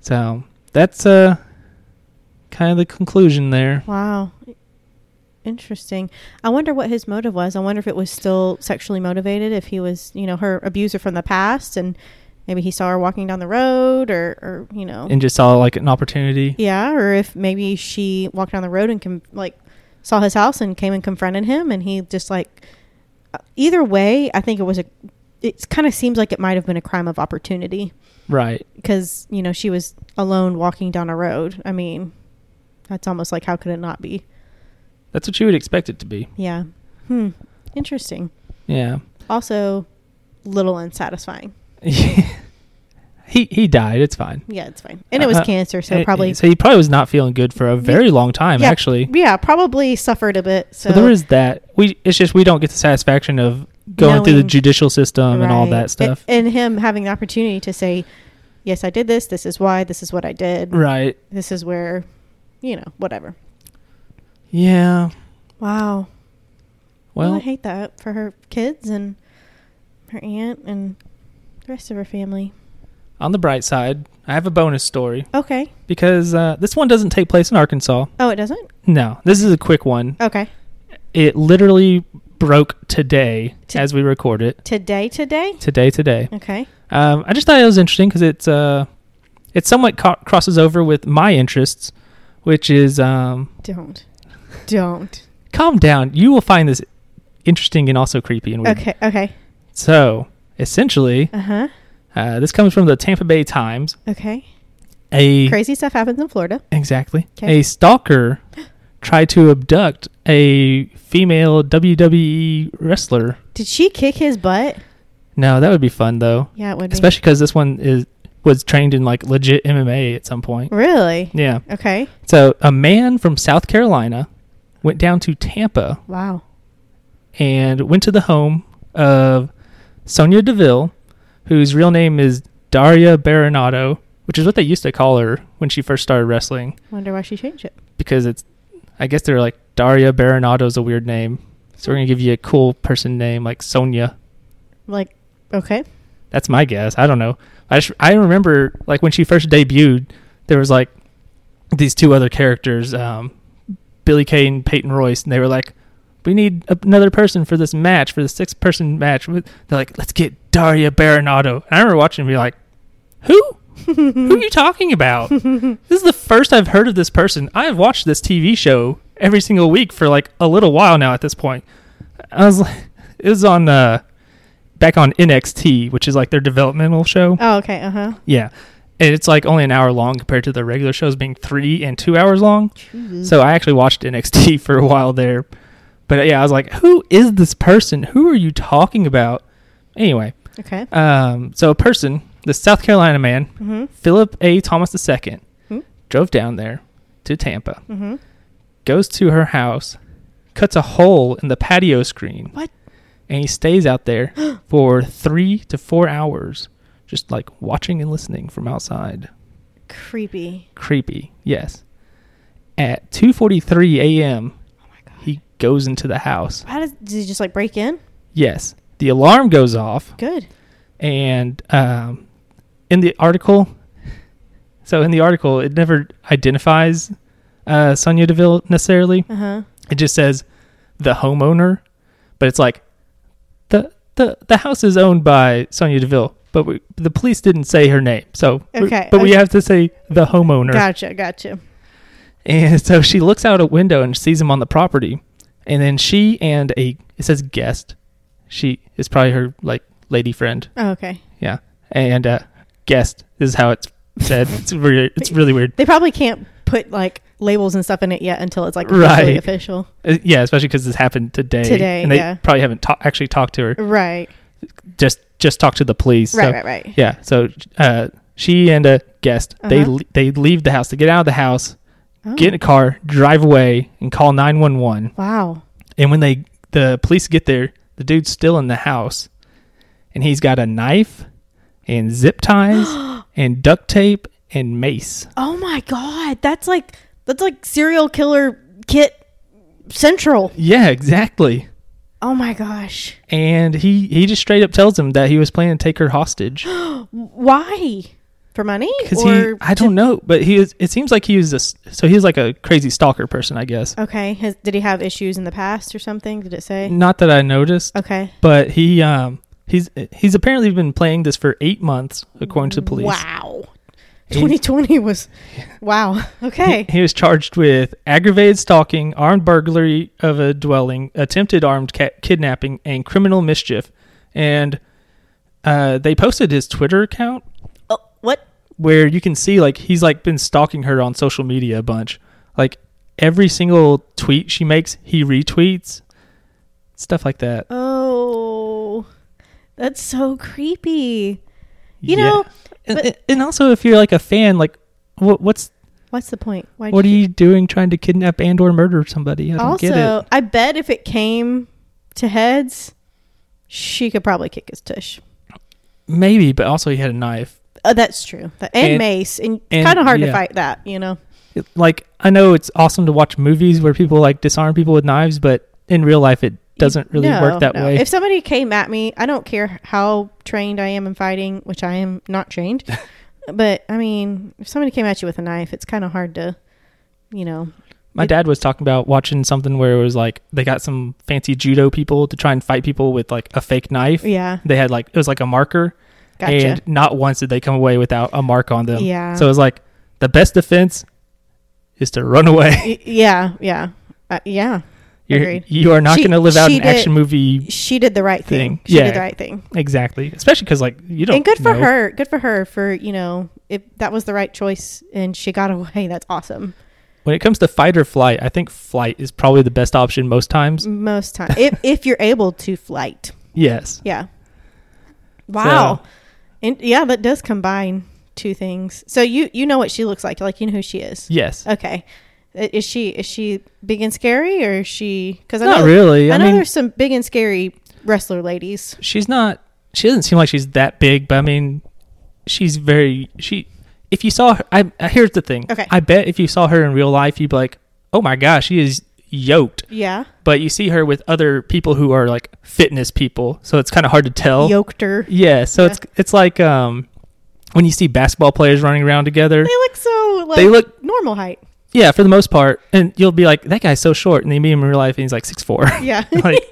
So that's uh kind of the conclusion there.
Wow. Interesting. I wonder what his motive was. I wonder if it was still sexually motivated, if he was, you know, her abuser from the past and maybe he saw her walking down the road or, or you know.
And just saw like an opportunity.
yeah, or if maybe she walked down the road and com- like saw his house and came and confronted him and he just like uh, either way, I think it was a it kind of seems like it might have been a crime of opportunity.
Right.
because you know she was alone walking down a road. I mean, that's almost like how could it not be?
That's what you would expect it to be.
Yeah. Hmm. Interesting.
Yeah.
Also, little unsatisfying.
he *laughs* he died. It's fine.
Yeah, it's fine. And it was
Uh,
cancer, so
uh,
probably
so he probably was not feeling good for a very long time
yeah,
actually.
Yeah, probably suffered a bit. So,
So there is that. We it's just we don't get the satisfaction of going through the
Knowing.
judicial system and all
Right.
that stuff.
A- And him having the opportunity to say, "Yes, I did this. This is why. This is what I did.
right.
This is where, you know, whatever."
Yeah.
Wow. Well,
Well,
I hate that for her kids and her aunt and the rest of her family.
on the bright side, I have a bonus story
Okay.
because uh, this one doesn't take place in Arkansas.
Oh, it doesn't?
No, this is a quick one.
Okay.
It literally broke today
To-
as we record it.
Today, today?
Today, today.
Okay.
Um, I just thought it was interesting because it's uh, it somewhat co- crosses over with my interests, which is um, *laughs*
Don't. Don't.
calm down. You will find this interesting and also creepy and weird.
Okay. Okay.
So essentially,
Uh huh.
uh, this comes from the Tampa Bay Times.
Okay.
A
Crazy stuff happens in Florida. *gasps*
exactly
'Kay.
a stalker tried to abduct a female WWE wrestler.
Did she kick his butt?
No, that would be fun though,
Yeah, it would
especially because this one is was trained in like legit MMA at some point.
be. Really?
Yeah.
Okay.
So a man from South Carolina went down to Tampa
Wow.
and went to the home of Sonia Deville, whose real name is Daria Baronato, which is what they used to call her when she first started wrestling,
Wonder why she changed it.
because it's I guess they're like Daria Baronato's a weird name. So we're gonna give you a cool person name like Sonia.
Like, okay.
That's my guess. I don't know. I just, I remember like when she first debuted, there was like these two other characters, um, Billy Kay and Peyton Royce, and they were like, "We need a- another person for this match, for the six person match." They're like, "Let's get Daria Baronato." And I remember watching and be like, "Who? Who
Oh,
are you talking about? this is the first I've heard of this person. I have watched this TV show every single week for like a little while now. At this point, I was like, *laughs* it was on uh, back on NXT, which is like their developmental show.
Oh, okay. Uh huh.
Yeah. And it's like only an hour long compared to the regular shows being three and two hours long.
Mm.
So I actually watched NXT *laughs* for a while there. But yeah, I was like, who is this person? Who are you talking about? Anyway,
Okay.
um, so a person, the South Carolina man,
Mm
Philip A. Thomas II,
Hmm.
drove down there to Tampa,
hmm. Mm hmm.
goes to her house, cuts a hole in the patio screen.
What?
And he stays
*gasps*
out there for three to four hours, just like watching and listening from outside.
Creepy.
creepy. Yes. At 2:43 a.m.,
Oh my God.
he goes into the house.
How does, did he just like break in?
Yes. The alarm goes off,
Good.
and um, in the article, so in the article, it never identifies uh, Sonia Deville necessarily.
Uh huh.
It just says the homeowner, but it's like the the the house is owned by Sonia Deville, but we, the police didn't say her name. So, we-
Okay,
but we
okay.
have to say the homeowner.
Gotcha. Gotcha.
And so she looks out a window and sees him on the property. And then she and a it says guest. She is probably her like lady friend.
Oh, okay.
Yeah. And uh guessed is how it's said. it's *laughs* weird. It's really weird.
They probably can't put like labels and stuff in it yet until it's like
Right.
really official.
Uh, yeah, especially because this happened today.
Today,
and they
yeah.
probably haven't ta- actually talked to her.
Right.
Just just talked to the police. so-
Right, right, right.
Yeah. So uh, she and a guest they
Uh-huh.
le- they leave the house. They get out of the house,
Oh,
get in a car, drive away, and call nine one one.
wow.
And when they the police get there, the dude's still in the house, and he's got a knife, and
*gasps*
zip ties, and duct tape, and mace.
Oh my god. That's like that's like serial killer kit central.
Yeah, exactly.
Oh my gosh.
And he he just straight up tells him that he was planning to take
*gasps*
her hostage
Why? For money?
because he
Or
I don't know, but he is. It seems like he was a s- so he was like a crazy stalker person, I guess.
Okay. Has, did he have issues in the past or something? Did it say?
Not that I noticed.
Okay.
but he um he's he's apparently been playing this for eight months according to the police
Wow.
He-
2020
*laughs*
was wow.
he,
Okay.
he was charged with aggravated stalking armed burglary of a dwelling attempted armed ca- kidnapping and criminal mischief and uh they posted his twitter account
oh, what?
where you can see like he's like been stalking her on social media a bunch like every single tweet she makes he retweets stuff like that
Oh. That's so creepy. You
Yeah.
know,
and,
but-
and also if you're like a fan like what what's
what's the point? Why
What are you doing trying to kidnap and or murder somebody? I don't
also,
get it.
I bet if it came to heads, she could probably kick his tush.
Maybe, but also he had a knife.
Oh, that's true. Th- And,
And-
mace, and,
and-
kind of hard
yeah.
to fight that, you know.
It- like I know it's awesome to watch movies where people like disarm people with knives, but in real life it doesn't really
No,
work that
no.
way.
If somebody came at me, I don't care how trained I am in fighting, which I am not
*laughs*
trained. but I mean, if somebody came at you with a knife, it's kind of hard to, you know.
My
it-
dad was talking about watching something where it was like they got some fancy judo people to try and fight people with like a fake knife.
Yeah,
They had like it was like a marker,
gotcha.
and not once did they come away without a mark on them.
Yeah.
So it was like the best defense is to run away.
Y- yeah, yeah, uh, yeah.
*laughs* You're,
Agreed.
you are not
She-
going to live out
she
an
did-
action movie
She did the right thing.
Thing.
She
Yeah.
did the right thing,
Exactly, especially because like you don't.
and good for
know.
her. Good for her for you know if that was the right choice and she got *laughs* away. That's awesome.
When it comes to fight or flight, I think flight is probably the best option most times.
Most time,
*laughs*
if if you're able to flight,
Yes.
Yeah. Wow.
So-
and yeah, that does combine two things. So you you know what she looks like, like you know who she is.
Yes.
Okay. I- Is she is she big and scary or is she? Because I
Not
know
really. I,
I, know
mean,
there's some big and scary wrestler ladies.
she's not. She doesn't seem like she's that big, but I mean, she's very. She. If you saw her, I I- here's the thing.
Okay.
I bet if you saw her in real life, you'd be like, "Oh my gosh, she is yoked."
Yeah,
But you see her with other people who are like fitness people, so it's kind of hard to tell.
yoked her.
Yeah. So
Yeah.
it's it's like um, when you see basketball players running around together.
They look so like
They look
normal height.
Yeah, for the most part. And you'll be like, that guy's so short. And then you meet him in real life and he's like six four. *laughs*
Yeah.
like,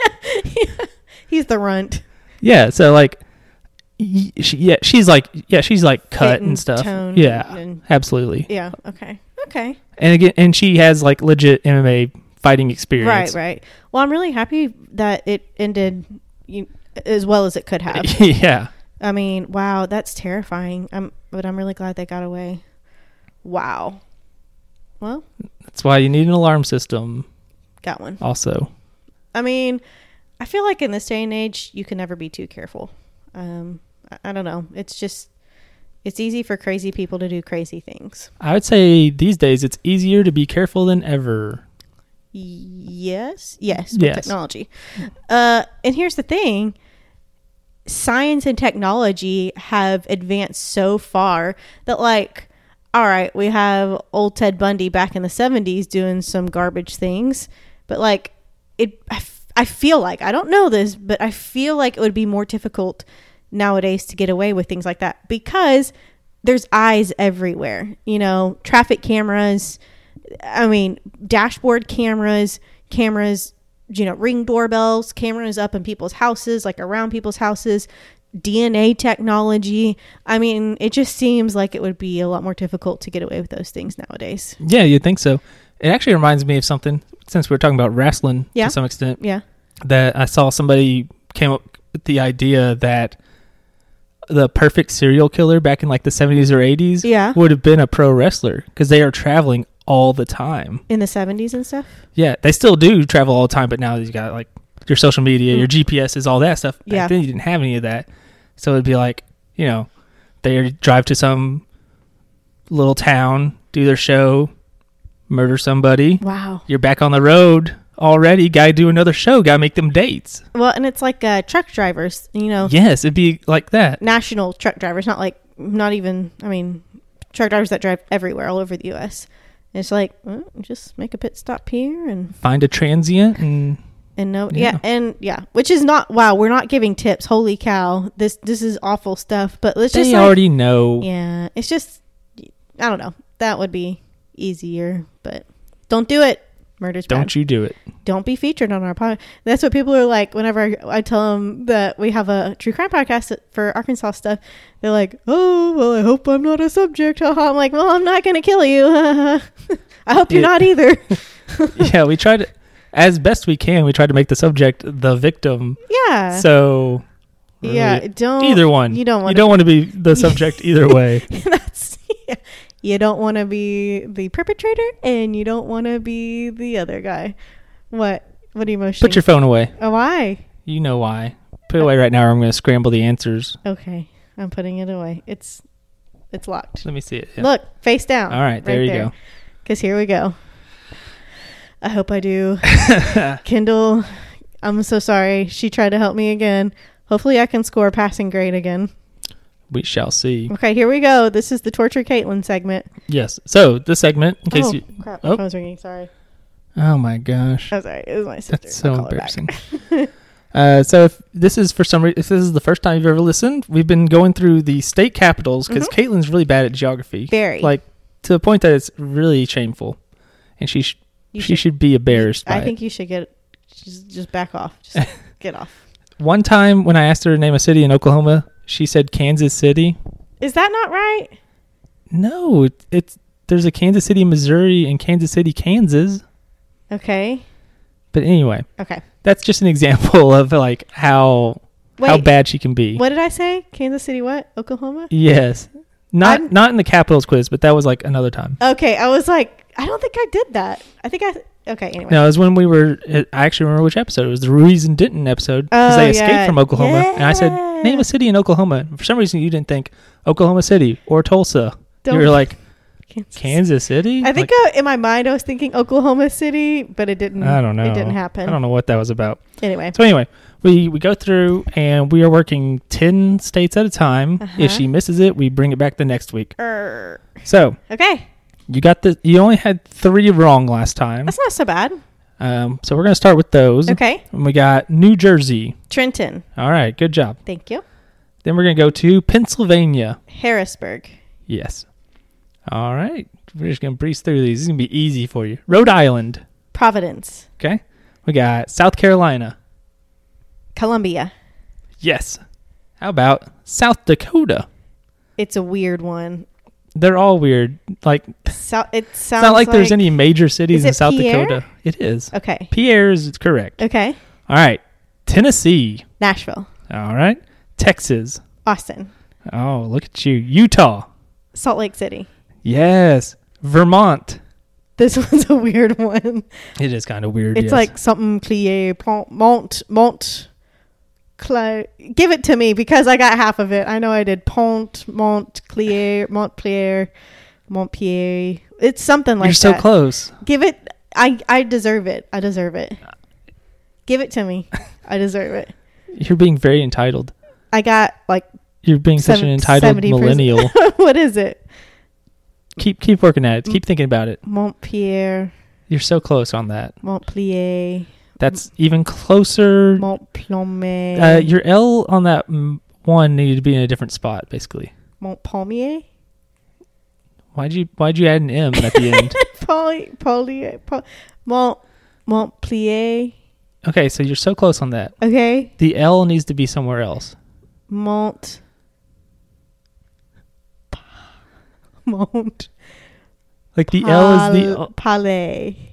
*laughs* He's the runt.
yeah. So, like, y- she, yeah, she's like, yeah, she's like cut
Fit
and stuff.
toned
yeah.
and-
absolutely.
yeah. Okay. Okay.
And again, and she has like legit MMA fighting
Right.
experience.
Right. Well, I'm really happy that it ended you, as well as it could have.
*laughs* *laughs* yeah.
I mean, wow, that's terrifying. I'm, but I'm really glad they got away. Wow. Well,
That's why you need an alarm system,
got one.
also.
I mean, I feel like in this day and age, you can never be too careful. Um, I, I don't know. It's just, it's easy for crazy people to do crazy things.
I would say these days it's easier to be careful than ever.
Yes, yes, with
Yes.
technology. Uh, and here's the thing: science and technology have advanced so far that, like, all right, we have old Ted Bundy back in the '70s doing some garbage things, but like, it. I, f- I feel like I don't know this, but I feel like it would be more difficult nowadays to get away with things like that because there's eyes everywhere. You know, traffic cameras. I mean, dashboard cameras, cameras, you know, ring doorbells, cameras up in people's houses, like around people's houses, DNA technology. I mean, it just seems like it would be a lot more difficult to get away with those things nowadays.
Yeah, you'd think so. It actually reminds me of something since we were talking about wrestling
Yeah.
to some extent.
Yeah.
that I saw somebody came up with the idea that the perfect serial killer back in like the 70s or 80s
Yeah.
would have been a pro wrestler because they are traveling all the time.
in the 70s and stuff.
Yeah, they still do travel all the time, but now you got like your social media, your GPS is all that stuff. Back
Mm. Yeah.
then you didn't have any of that, so it'd be like you know they drive to some little town, do their show, murder somebody.
Wow.
You're back on the road already. Got to do another show. Got to make them dates.
Well, and it's like uh, truck drivers, you know,
Yes, it'd be like that.
national truck drivers, not like, not even, I mean, truck drivers that drive everywhere, all over the U.S. And it's like, well, just make a pit stop here and
Find a transient and
and no yeah.
Yeah.
and yeah which is not wow we're not giving tips holy cow this this is awful stuff but let's
they
just like-
already know.
yeah it's just i don't know that would be easier but don't do it murder's
Don't
bad.
you
*laughs*
do it?
don't be featured on our podcast that's what people are like whenever I, I tell them that we have a true crime podcast for arkansas stuff they're like oh well i hope i'm not a subject haha i'm like well i'm not gonna kill you *laughs* i hope you're
Yeah.
not either
*laughs* yeah, we try to as best we can. We try to make the subject the victim.
yeah
So really,
Uh-huh. yeah don't
either one.
you don't
you
want
don't want to be
*laughs*
the subject either way.
that's yeah. you don't want to be the perpetrator and you don't want to be the other guy what what emotion
Put your phone away.
oh why
You know why. Put it away right now or I'm going to scramble the answers.
okay i'm putting it away it's it's locked
Let me see it. Yeah.
look face down
All right, there you go.
because here we go i hope i
*laughs*
do kindle i'm so sorry she tried to help me again hopefully i can score a passing grade again
We shall see.
okay here we go this is the torture caitlin segment
Yes. So, this segment in case
oh
you
crap
Oh.
my phone's ringing sorry
Oh my gosh.
i'm sorry it was my sister
That's so
I'll call her back.
embarrassing.
*laughs*
uh, so if this is for some reason, if this is the first time you've ever listened, we've been going through the state capitals because Caitlin's really bad at geography,
Mm-hmm. Very.
like to the point that it's really shameful, and she sh-
You
she should be embarrassed. By
I
it.
think you should get just, just back off.
*laughs*
Just get off.
one time when I asked her to name a city in Oklahoma, she said Kansas City.
Is that not right?
No, it, it's there's a Kansas City, Missouri, and Kansas City, Kansas.
Okay.
But anyway,
Okay.
that's just an *laughs* example of like how how
Wait.
bad she can be.
What did I say? Kansas City, what? Oklahoma?
Yes. Not
I'm-
not in the capitals quiz, but that was like another time.
Okay. I was like, I don't think I did that. I think I. Okay. Anyway.
No, it was when we were. I actually remember which episode. It was the Ruiz and Denton episode because
Oh,
they escaped
yeah.
from Oklahoma, and I said,
Yeah.
"Name a city in Oklahoma." For some reason, you didn't think Oklahoma City or Tulsa.
Don't-
You
*laughs*
were like
Kansas.
Kansas City.
I think
Like,
I, in my mind I was thinking Oklahoma City, but it didn't.
I don't know.
It didn't happen.
I don't know what that was about.
Anyway.
So anyway, we we go through and we are working ten states at a time.
Uh-huh.
If she misses it, we bring it back the next week.
Er,
So
okay.
you got the. You only had three wrong last time.
That's not so bad.
Um, so we're gonna start with those.
Okay.
And we got New Jersey.
Trenton.
All right, good job.
Thank you.
Then we're gonna go to Pennsylvania.
Harrisburg.
Yes. All right. We're just gonna breeze through these. This is gonna be easy for you. Rhode Island.
Providence.
Okay. We got South Carolina.
Columbia.
Yes. How about South Dakota?
It's a weird one.
They're all weird. Like
So, it
it's
sounds
not like, there's any major cities
Is
in
it
South
Pierre?
Dakota. It is.
Okay.
Pierre is correct.
Okay.
All right. Tennessee.
Nashville,
All right. Texas.
Austin,
Oh, look at you. Utah.
Salt Lake City. *laughs*
Yes. Vermont.
This one's a weird one.
It is kind of weird.
It's
yes.
like something plié, pont, mont, mont, cla Give it to me because I got half of it. I know I did pont, mont, plié, montplier, montpierre. It's something like
you're so
that.
close.
Give it. I I deserve it. I deserve it.
Uh,
Give it to
*laughs*
me. I deserve it.
You're being very entitled.
I got like
You're being such
Seven-
an entitled
70%. *laughs*
millennial.
what is it?
keep keep working at it. Keep thinking about it.
Montpierre,
You're so close on that.
Montplier,
That's even closer.
Montplomet.
Uh, your L on that m- one needed to be in a different spot, basically.
Montpalmier?
Why'd you Why'd you add an M
*laughs*
at the end?
*laughs* Poly, poly, poly, Mont, Montplier.
Okay, so you're so close on that.
Okay.
The L needs to be somewhere else.
Mont. Mont.
Like the L is the
Pal- Palais.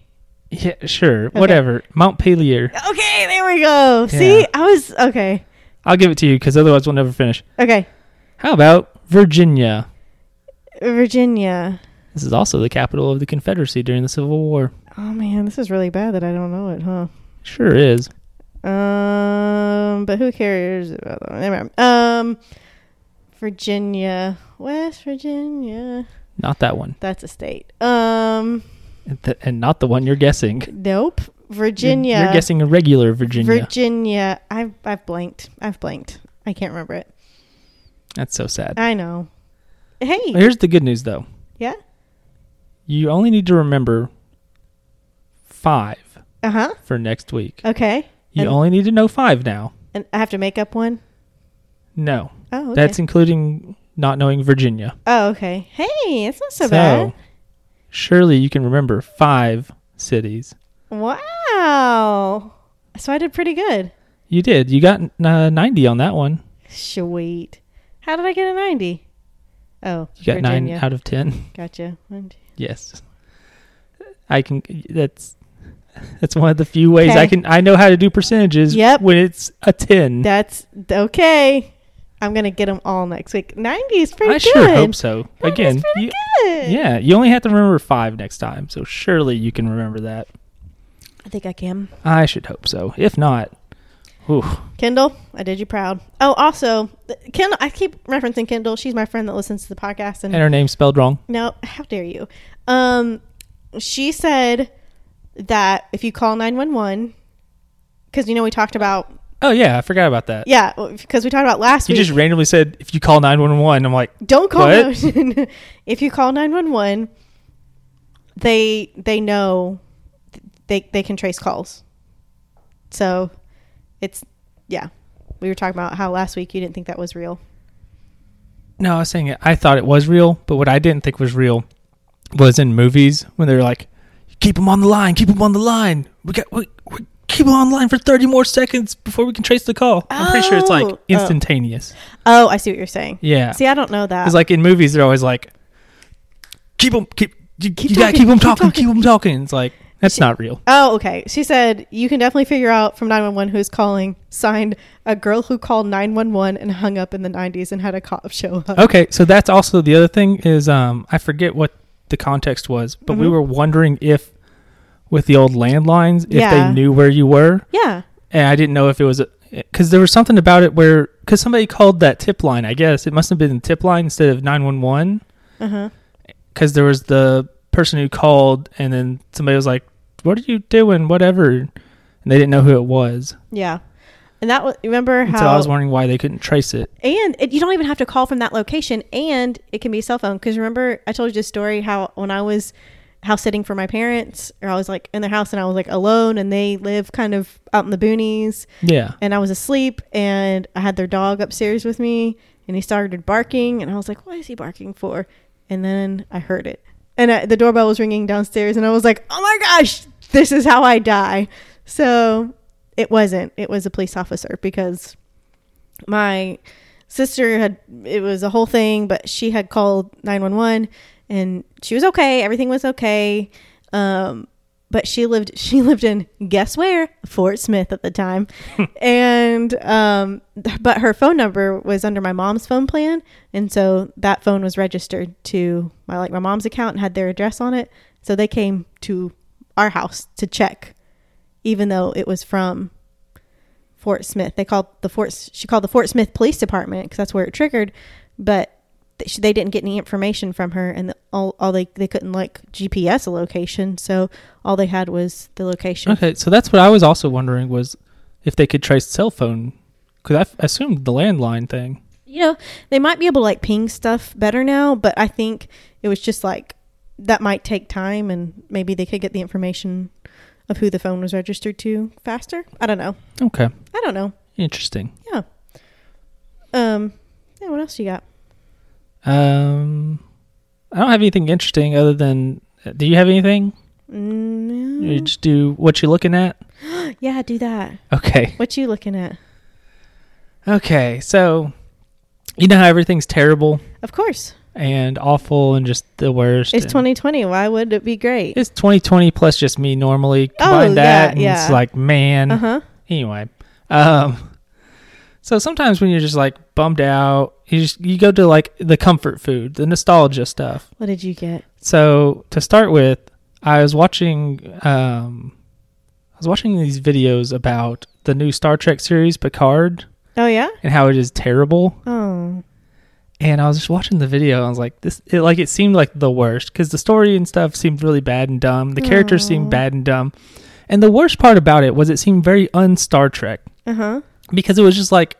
yeah, sure, whatever. Montpelier.
Okay, there we go. See,
Yeah.
I was okay.
I'll give it to you because otherwise we'll never finish.
Okay.
How about Virginia?
Virginia.
This is also the capital of the Confederacy during the Civil War.
Oh man, this is really bad that I don't know it, huh?
Sure is.
Um, but who cares about that? Never mind. Um, Virginia, West Virginia.
Not that one.
That's a state. Um,
And th- And not the one you're guessing.
nope.
You're-
Virginia.
You're, guessing a regular Virginia.
Virginia. I've I've blanked. I've blanked. I can't remember it.
That's so sad.
I know. Hey.
Here's the good news, though.
Yeah.
You only need to remember five
Uh huh.
for next week.
Okay.
You
and-
only need to know five now.
And I have to make up one.
No,
Oh. Okay.
that's including not knowing Virginia.
oh. Okay. Hey, it's not so, bad.
surely you can remember five cities.
Wow. So I did pretty good.
You did. You got uh, 90 on that one.
Sweet. How did I get a ninety? Oh,
You got
Virginia.
nine out of 10.
Gotcha. One, two-
yes. I can. That's. That's one of the few ways I
Okay.
can. I know how to do percentages.
Yep.
When it's a ten,
That's okay. I'm gonna get them all next week. Ninety is pretty
I
good.
sure hope so.
That is
Again,
pretty
you,
good.
Yeah, you only have to remember five next time, so surely you can remember that.
I think I can.
I should hope so. If not, whew,
Kendall, I did you proud. Oh, also, th- Kendall, I keep referencing Kendall. She's my friend that listens to the podcast. And,
and her name's spelled wrong.
no, how dare you? Um, she said that if you call 911, because, you know, we talked about,
Oh yeah, I forgot about that.
yeah, because we talked about last
you
week.
just randomly said if you call nine one one, I'm like,
don't call
What?
911. *laughs* if you call 911, they they know they they can trace calls. So it's yeah. We were talking about how last week you didn't think that was real.
no, I was saying it. I thought it was real, but what I didn't think was real was in movies when they're like, keep them on the line, keep them on the line. We got we, we keep them on the line for thirty more seconds before we can trace the call. I'm pretty sure it's
Oh.
like
Oh.
instantaneous.
Oh, I see what you're saying.
Yeah.
See, I don't know that.
It's like in movies, they're always like, keep them, keep, you,
Keep
you gotta
talking,
keep them
keep
talking,
talking.
keep them talking. It's like, that's
She-
not real.
oh, okay. She said you can definitely figure out from 911 who's calling. Signed, a girl who called 911 and hung up in the 90s and had a cop show up.
Okay. So that's also the other thing is, um, I forget what the context was, but we
Mhm.
were wondering if with the old landlines, if
Yeah.
they knew where you were.
Yeah.
And I didn't know if it was, because there was something about it where, because somebody called that tip line, I guess. It must have been the tip line instead of 911.
Uh huh.
because there was the person who called and then somebody was like what are you doing whatever and they didn't know who it was
Yeah. And that was remember
and
how
so i was wondering why they couldn't trace it
and it, you don't even have to call from that location and it can be a cell phone because remember i told you this story how when i was house sitting for my parents or i was like in their house and i was like alone and they live kind of out in the boonies
yeah
and i was asleep and i had their dog upstairs with me and he started barking and i was like what is he barking for and then i heard it and I, the doorbell was ringing downstairs and i was like oh my gosh this is how i die so it wasn't it was a police officer because my sister had it was a whole thing but she had called 911 and she was okay everything was okay um but she lived *laughs* she lived in guess where fort smith at the time and um but her phone number was under my mom's phone plan and so that phone was registered to my like my mom's account and had their address on it so they came to our house to check even though it was from Fort Smith. They called the Fort. She called the Fort Smith Police Department because that's where it triggered. But th- she- they didn't get any information from her, and the, all all they they couldn't like GPS a location, so all they had was the location.
okay so that's what i was also wondering was if they could trace cell phone because i f- assumed the landline thing
You know, they might be able to like ping stuff better now, but I think it was just like that might take time, and maybe they could get the information of who the phone was registered to faster. I don't know.
okay
I don't know.
interesting
Yeah. Um. Yeah. What else you got?
um i don't have anything interesting other than uh, do you have anything you
Mm,
just do what you looking at
yeah, do that.
okay
What you looking at?
okay so you know how everything's terrible
Of course.
and awful and just the worst.
It's
and-
2020. Why would it be great?
It's 2020 plus just me normally. Combine
Oh,
that
yeah, Uh-huh.
and it's
yeah.
like, man.
Uh huh.
Anyway. Um So sometimes when you're just like bummed out, you just you go to like the comfort food, the nostalgia stuff.
What did you get?
So to start with, I was watching um I was watching these videos about the new Star Trek series Picard
Oh yeah.
and how it is terrible.
Oh.
And I was just watching the video and I was like this it like it seemed like the worst cuz the story and stuff seemed really bad and dumb. The characters
Aw.
seemed bad and dumb. And the worst part about it was it seemed very un-Star Trek
Uh huh.
because it was just like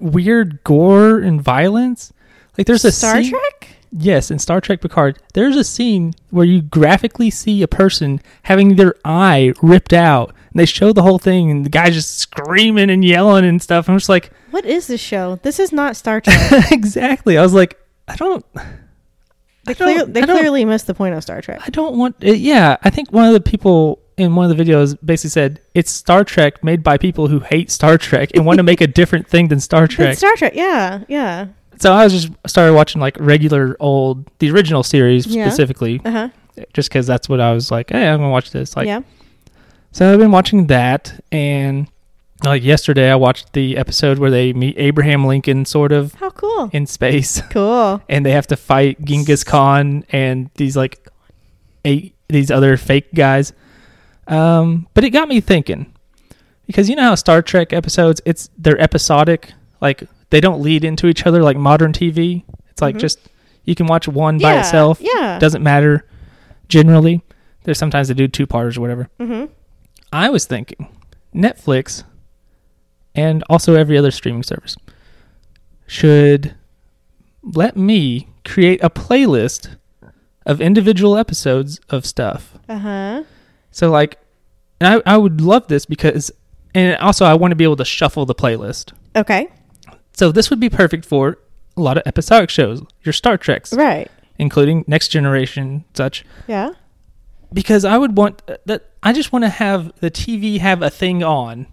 weird gore and violence. Like there's a
Star
scene,
Trek.
yes, in Star Trek Picard, there's a scene where you graphically see a person having their eye ripped out, and they show the whole thing, and the guy's just screaming and yelling and stuff. I'm just like,
What is this show? This is not Star
*laughs*
Trek.
exactly. I was like, I don't,
They,
I don't-
clear, they
I don't-
clearly missed the point of Star Trek.
I don't want. It. Yeah, I think one of the people in one of the videos basically said it's Star Trek made by people who hate Star Trek and want to make a different thing than Star Trek.
It's Star Trek. Yeah. Yeah.
So I was just started watching like regular old the original series
Yeah.
specifically,
Uh huh.
just because that's what I was like. Hey, I'm gonna watch this. Like,
yeah.
so I've been watching that, and like yesterday I watched the episode where they meet Abraham Lincoln sort of
How cool.
in space,
Cool.
and they have to fight Genghis Khan and these like eight these other fake guys. Um, but it got me thinking because you know how Star Trek episodes it's they're episodic, like they don't lead into each other like modern TV. It's like
Mhm.
just you can watch one by
Yeah,
itself.
Yeah.
Doesn't matter generally. There's sometimes they do two parters or whatever.
hmm
I was thinking Netflix and also every other streaming service should let me create a playlist of individual episodes of stuff.
Uh huh.
So like and I, I would love this because and also I want to be able to shuffle the playlist.
Okay.
So this would be perfect for a lot of episodic shows, your Star Treks,
Right.
including Next Generation such *laughs*
Yeah.
because I would want uh, that. I just want to have the TV have a thing on,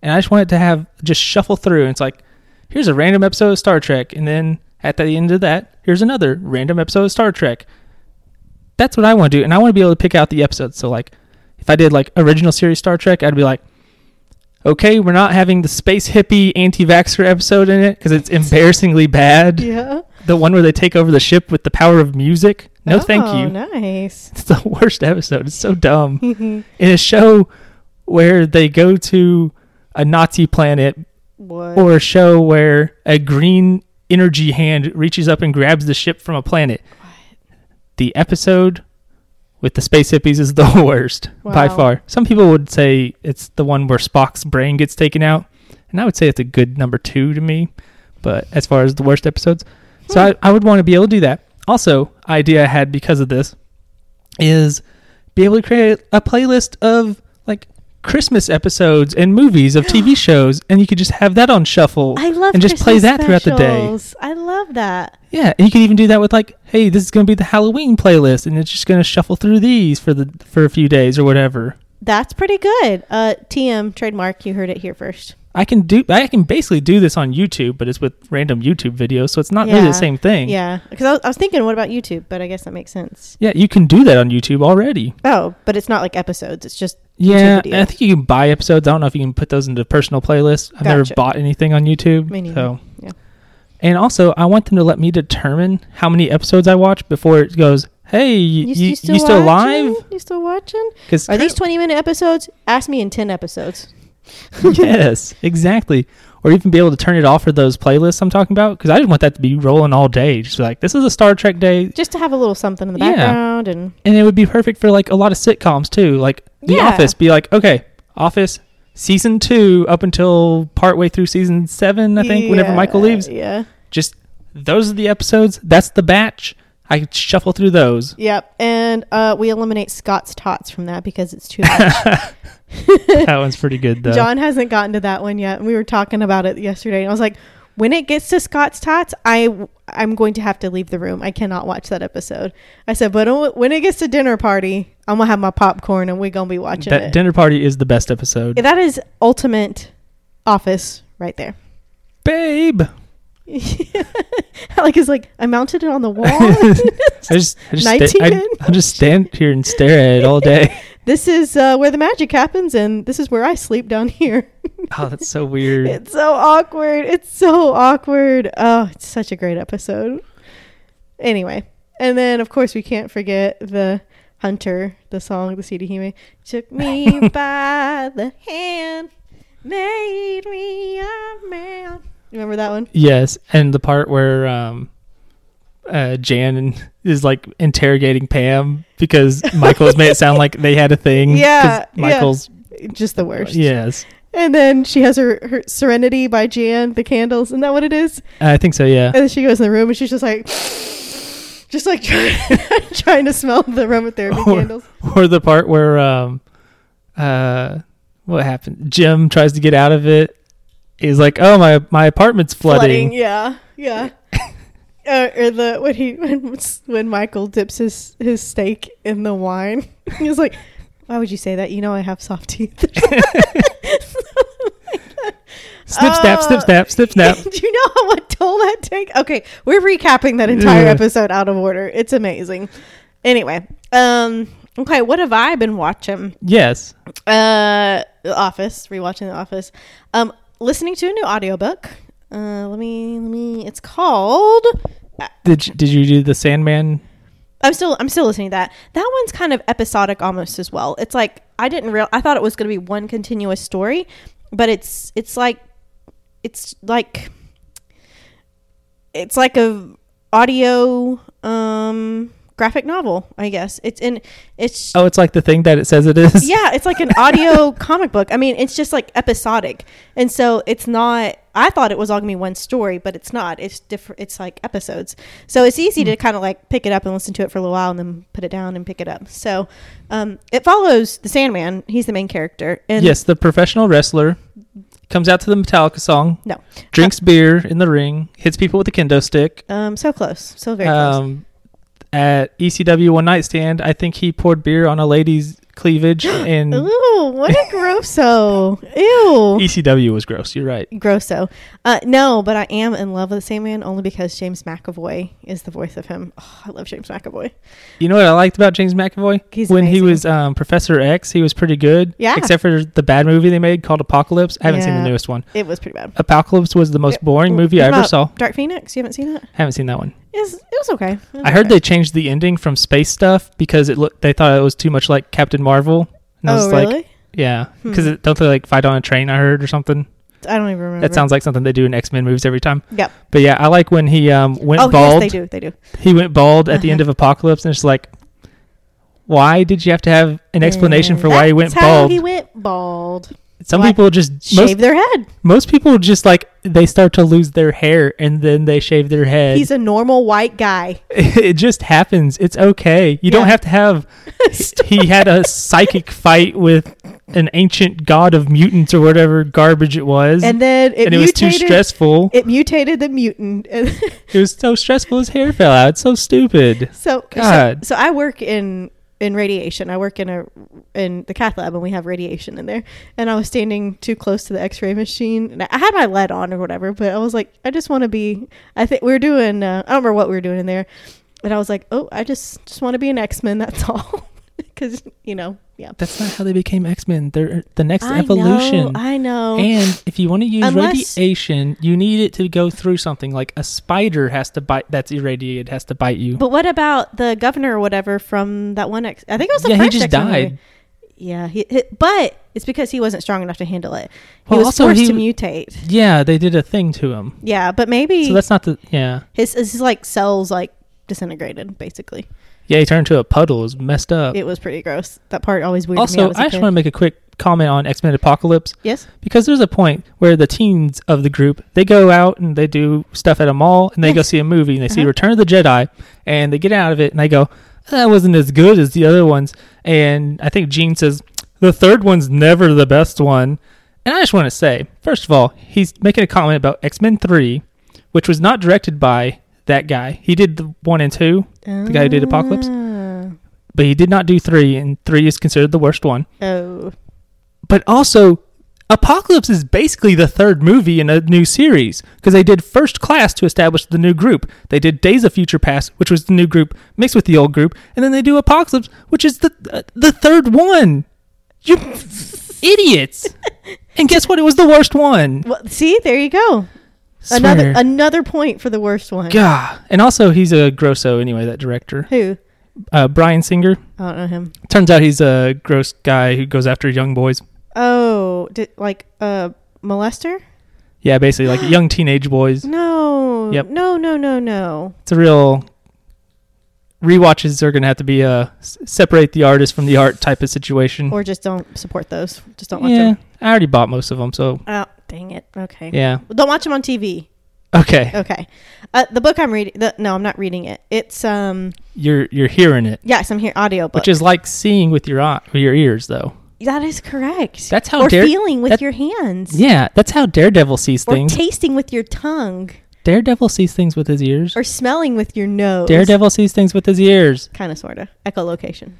and I just want it to have just shuffle through. And it's like, here's a random episode of Star Trek, and then at the end of that, here's another random episode of Star Trek. That's what I want to do, and I want to be able to pick out the episodes. So like, if I did like original series Star Trek, I'd be like. Okay, we're not having the space hippie anti-vaxxer episode in it because it's embarrassingly bad.
Yeah.
The one where they take over the ship with the power of music. No, thank
Oh,
you.
Nice. *laughs*
It's the *laughs* worst episode. It's so dumb. In a show where they go to a Nazi planet,
what?
or a show where a green energy hand reaches up and grabs the ship from a planet. The episode with the space hippies is the *laughs* worst by
Wow.
far. Some people would say it's the one where Spock's brain gets taken out, and I would say it's a good number two to me. But as far as the worst episodes, so I, I would want to be able to do that. Also, idea I had because of this is be able to create a playlist of like Christmas episodes and movies of
*gasps*
TV shows, and you could just have that on shuffle.
I love
and just play
Christmas
that throughout the day.
specials. I love that.
yeah, and you could even do that with like, hey, this is going to be the Halloween playlist, and it's just going to shuffle through these for the for a few days or whatever.
That's pretty good. Uh, TM trademark. You heard it here first.
I can do. I can basically do this on YouTube, but it's with random YouTube videos, so it's not really
Yeah.
the same thing.
Yeah, because I was, I was thinking, what about YouTube? But I guess that makes sense.
Yeah, you can do that on YouTube already.
Oh, but it's not like episodes. It's just
Yeah,
YouTube video.
I think you can buy episodes. I don't know if you can put those into personal playlists. I've never
Gotcha.
bought anything on YouTube.
Me neither.
So
Yeah.
And also, I want them to let me determine how many episodes I watch before it goes, hey, you, you, you still, alive?
watching? You still watching?
Because
Are these twenty minute episodes? Ask me in ten episodes. *laughs*
yes, exactly. Or even be able to turn it off for those playlists I'm talking about. Because I just want that to be rolling all day. Just like, this is a Star Trek day.
Just to have a little something in the
Yeah.
background and
And it would be perfect for like a lot of sitcoms too. Like The
Yeah.
Office, be like, okay, Office season two up until partway through season seven, I think, whenever
Yeah,
Michael leaves.
Yeah.
just those are the episodes. That's the batch. I could shuffle
*laughs*
through those.
Yep. And uh, we eliminate Scott's tots from that because it's too much.
*laughs*
*laughs*
That one's pretty good though.
John hasn't gotten to that one yet. And we were talking about it yesterday. And I was like, when it gets to Scott's tots, I I'm going to have to leave the room. I cannot watch that episode. I said, but o- when it gets to dinner party, I'm gonna have my popcorn and we're gonna be watching
that
it.
dinner party is the best episode.
that is ultimate office right there.
Babe,
*laughs* like it's like I mounted it on the wall.
I just, I just, sta-
19
I, I just stand here and
*laughs*
stare at it all day.
this is uh, where the magic happens, and this is where I sleep down here.
Oh, that's so weird.
It's so awkward. It's so awkward. Oh, it's such a great episode. Anyway, and then of course we can't forget the Hunter, the song, the CD Hime took me by the hand, made me a man. Remember that one?
Yes, and the part where um, uh, Jan is like interrogating Pam
*laughs*
because Michael's made it sound like they had a thing. 'cause
Yeah, yeah.
Michael's.
Just the worst.
Yes,
And then she has her, her Serenity by Jan, the candles. Isn't that what it is?
I think so. Yeah,
And then she goes in the room and she's just like, just like trying, *laughs* trying to smell the aromatherapy
Or-
candles.
*laughs* or the part where um, uh, what happened? Jim tries to get out of it. He's like, "Oh, my my apartment's flooding."
Yeah, yeah. uh, or the when he when, when Michael dips his his steak in the wine, *laughs* he's like, "Why would you say that? You know I have soft
*laughs*
teeth." *laughs*
Snip, snap,
Uh,
snip, snap, snip, snap.
Do you know how much toll that take? Okay, we're recapping that entire
Yeah.
episode out of order. It's amazing. Anyway, um, okay, what have I been watching?
yes.
Uh, The Office, rewatching The Office. Um, listening to a new audiobook. Uh, let me, let me. It's called. uh,
Did you- did you do the Sandman?
I'm still, I'm still listening to that. That one's kind of episodic almost as well. It's like I didn't real. I thought it was going to be one continuous story, but it's, it's like, it's like, it's like a audio um graphic novel, I guess. It's in, it's
Oh, it's like the thing that it says it
*laughs*
is.
yeah, it's like an audio comic book. I mean, it's just like episodic, and so it's not. I thought it was all gonna be one story, but it's not. It's different. It's like episodes, so it's easy
Hmm.
to kind of like pick it up and listen to it for a little while, and then put it down and pick it up. So um, it follows the Sandman. He's the main character. And
Yes, the professional wrestler comes out to the Metallica song,
No.
drinks beer in the ring, hits people with a kendo stick.
Um. So close. So very close.
Um, at ECW one night stand, I think he poured beer on a lady's
*gasps*
cleavage, and
Ooh, what
*laughs*
a grosso! Ew.
ECW was gross. You're right.
Grosso. Uh, no, but I am in love with the Sandman only because James McAvoy is the voice of him. Oh, I love James McAvoy.
You know what I liked about James McAvoy?
He's
when he
amazing.
was um, Professor X, he was pretty good.
Yeah.
Except for the bad movie they made called Apocalypse. I haven't seen
Yeah.
the newest one.
It was pretty bad.
Apocalypse was the most
Yeah.
boring movie I
What
ever
about
saw.
Dark Phoenix. You haven't seen it?
Haven't seen that one.
It's, it was okay. It was
I heard
okay.
they changed the ending from space stuff because it looked they thought it was too much like Captain Marvel. And I
Oh,
was
really?
like, yeah,
Hmm.
because don't they like fight on a train? I heard or something.
I don't even remember.
That sounds like something they do in X Men movies every time.
Mm-hmm. Yep.
But yeah, I like when he um went
Oh, yes,
bald.
they do. They do.
He went bald at the
*laughs*
end
Uh-huh.
of Apocalypse, and it's like, why did you have to have an explanation for why he went
Mm. That's how
bald?
he went bald.
Some
why-
people just
Shave
most
their head.
most people just like they start to lose their hair and then they shave their head.
He's a normal white guy.
*laughs*
*laughs*
it just happens. It's okay. You don't
Yeah.
have to have. he had a psychic fight with an ancient god of mutants or whatever garbage it was,
And then it,
And it was
mutated,
too stressful.
It mutated the mutant. *laughs* And
It was so stressful. His hair fell out. It's so stupid.
so, so,
God.
so I work in in radiation. I work in a in the cath lab, and we have radiation in there. And I was standing too close to the X ray machine, and I had my lead on or whatever. But I was like, I just want to be. I think we were doing. Uh, I don't remember what we were doing in there, and I was like, oh, I just just want to be an X Men. That's *laughs* all, because you know, yeah.
That's not how they became X Men. They're the next
I Know,
evolution.
I know.
and if you want to use
Unless-
radiation, you need it to go through something. Like a spider has to bite. That's irradiated. Has to bite you.
but what about the governor or whatever from that one X? I think it was the
yeah, he
French
just
X-Men movie.
died.
Yeah, he, he- but it's because he wasn't strong enough to handle it. He
Well,
was
also
forced
he-
to mutate.
Yeah, they did a thing to him.
Yeah, but maybe
So that's not the yeah.
his, his like cells like disintegrated. Basically,
Yeah, he turned into a puddle. It was messed up.
it was pretty gross. That part always weirded me out.
Oh. also,
as a
I just
kid.
want to make a quick comment on X Men Apocalypse
yes,
because there's a point where the teens of the group they go out and they do stuff at a mall and they go
Yes.
see a movie and they see
Uh-huh.
Return of the Jedi and they get out of it and they go that wasn't as good as the other ones and I think Gene says the third one's never the best one and I just want to say first of all he's making a comment about X Men Three, which was not directed by that guy. He did the one and two,
the
guy who did Apocalypse?
Oh,
but he did not do three, and three is considered the worst one.
Oh.
but also Apocalypse is basically the third movie in a new series because they did First Class to establish the new group. They did Days of Future Past, which was the new group mixed with the old group, and then they do Apocalypse, which is the uh, the third one. You *laughs* idiots. and guess what? It was the worst one.
Well, see, there you go. Another
Swear.
another point for the worst one.
Gah. And also, he's a grosso anyway. That director,
Who?
uh, Brian Singer.
I don't know him.
Turns out he's a gross guy who goes after young boys.
Oh, did, like uh, molester?
Yeah, basically
*gasps*
like young teenage boys.
No.
Yep.
No, no, no, no.
It's a real rewatches are going to have to be a s- separate the artist from the art type of situation.
Or just don't support those. Just don't watch
yeah,
them.
I already bought most of them, so
Oh, dang it. Okay.
yeah.
Don't watch them on TV.
Okay,
Okay. Uh, the book I'm reading. The, no, I'm not reading it. It's um.
you're you're hearing it,
Yes, I'm here. Audiobook.
which is like seeing with your eye, with your ears though.
that is correct.
That's how
or
dare-
feeling with
that-
your hands.
Yeah, that's how Daredevil sees
Or
things.
tasting with your tongue.
Daredevil sees things with his ears.
Or smelling with your nose.
Daredevil sees things with his ears.
Kind of, sort of. Echolocation.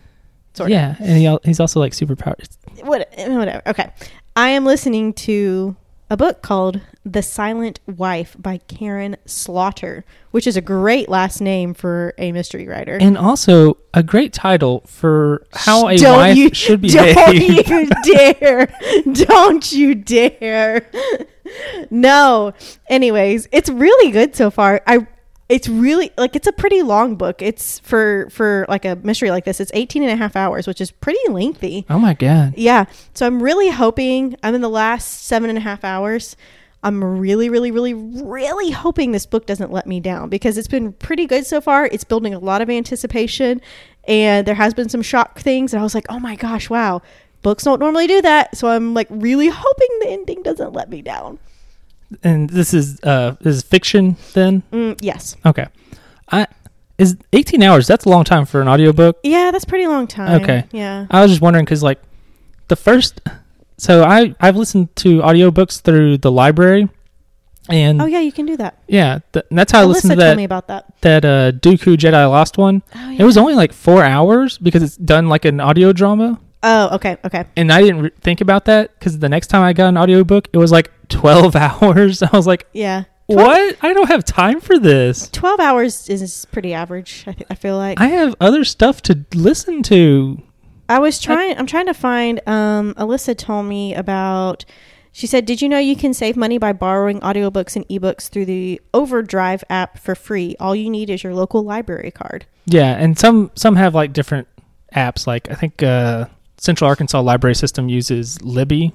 Sort of.
Yeah, and he, al- he's also like superpowered. It's-
what, whatever. Okay. I am listening to a book called The Silent Wife by Karen Slaughter, which is a great last name for a mystery writer.
And also a great title for how a
Don't
wife
you-
should
*laughs*
be
Don't
behaved.
you dare. *laughs* Don't you dare. *laughs* No. Anyways, it's really good so far. I it's really like it's a pretty long book. It's for for like a mystery like this. It's 18 and a half hours, which is pretty lengthy.
*laughs* Oh my god!
Yeah. So I'm really hoping I'm in the last seven and a half hours. I'm really, really, really, really hoping this book doesn't let me down because it's been pretty good so far. It's building a lot of anticipation and there has been some shock things. And I was like, oh my gosh, wow. Books don't normally do that. So I'm like really hoping the ending doesn't let me down.
And this is uh, this is fiction then.
Mm, yes.
Okay. I is 18 hours. That's a long time for an audiobook.
Yeah, that's a pretty long time.
Okay. Um,
Yeah.
I was just wondering cuz like the first so I I've listened to audiobooks through the library and
Oh, yeah, you can do that.
yeah, th- and that's how I
Alyssa
listened to
told
that
me about that.
that uh Dooku Jedi Lost one.
Oh,
It was only like 4 hours because it's done like an audio drama
Oh, okay. Okay.
and I didn't re- think about that cuz the next time I got an audiobook it was like 12 *laughs* hours. I was like,
Yeah.
"What? I don't have time for this."
12 hours is pretty average, I, th- I feel like.
I have other stuff to listen to.
I was trying. I'm trying to find. Um, Alyssa told me about. She said, "Did you know you can save money by borrowing audiobooks and ebooks through the Overdrive app for free? All you need is your local library card."
Yeah, and some some have like different apps. Like I think uh, Central Arkansas Library System uses Libby.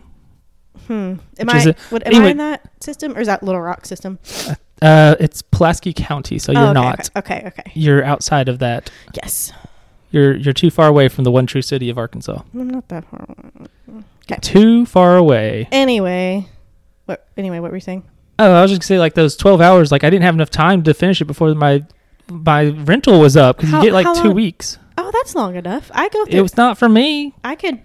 Hmm. Am
Which
I?
is a-
what, am I
anyway-
in that system or is that Little Rock system?
Uh, it's Pulaski County, so you're
Oh, okay,
not.
Okay, okay. okay.
You're outside of that.
Yes,
You're you're too far away from the one true city of Arkansas.
I'm not that far. away.
Too far away.
Anyway, what? Anyway, what were you saying?
Oh, I was just gonna say like those twelve hours. Like I didn't have enough time to finish it before my my rental was up because you
How-
get like
how
two
long-
weeks.
Oh, that's long enough. I go through.
It was not for me.
I could.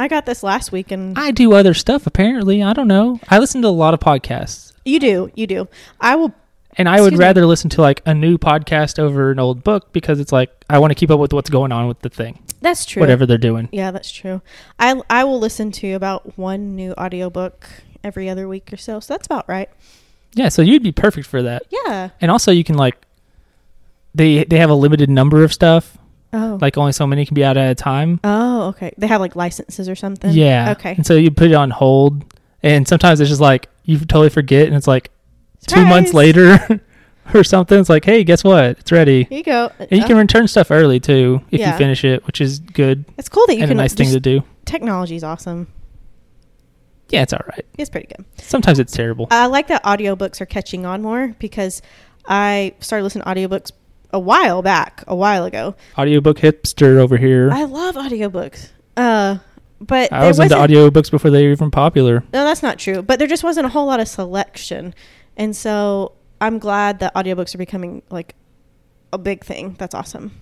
I got this last week, and
I do other stuff apparently. I don't know. I listen to a lot of podcasts.
you do, you do. I will
And I would
Excuse me.
rather listen to like a new podcast over an old book because it's like I want to keep up with what's going on with the thing,
That's true.
whatever they're doing.
Yeah, that's true. I I will listen to about one new audiobook every other week or so. So that's about right.
Yeah, so you'd be perfect for that.
Yeah.
And also you can like they they have a limited number of stuff,
Oh.
like only so many can be out at a time.
oh, okay. They have like licenses or something.
yeah.
Okay.
And so you put it on hold and sometimes it's just like you totally forget and it's like 2 months
Surprise!
later *laughs* or something it's like, "Hey, guess what? It's ready."
Here you go.
And you can
Oh,
return stuff early too if
Yeah.
you finish it, which is good
it's cool that you
and a
can.
nice thing to do.
Technology's awesome.
Yeah, it's all right.
It's pretty good.
Sometimes it's terrible.
I like that audiobooks are catching on more because I started listening to audiobooks a while back, a while ago.
audiobook hipster over here. I,
I love audiobooks. Uh, but there
was into
wasn't-
audiobooks before they were even popular.
No, that's not true. But there just wasn't a whole lot of selection. And so I'm glad that audiobooks are becoming like a big thing. That's awesome.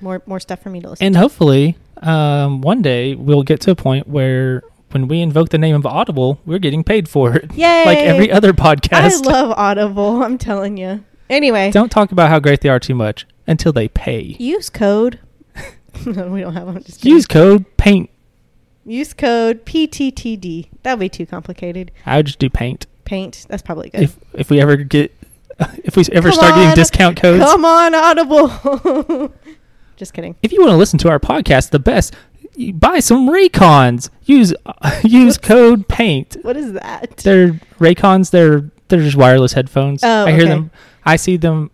More more stuff for me to listen
And hopefully, um, one day we'll get to a point where when we invoke the name of Audible, we're getting paid for it. *laughs*
to. Yay!
Like every other
I
podcast. *laughs*
love Audible, I'm telling you. Anyway,
Don't talk about how great they are too much until they pay.
use code. *laughs* no, we don't have one. Just kidding.
Use code PAINT.
use code PTTD. That would be too complicated.
I would just do PAINT.
Paint. That's probably good.
If if we ever get *laughs* if we ever
Come
start
on,
getting discount codes.
Come on, Audible. *laughs* just kidding.
If you want to listen to our podcast, the best you buy some Raycons. Use *laughs* use code Paint.
What is that?
They're Raycons. They're they're just wireless headphones.
Oh,
I hear
okay.
them. I see them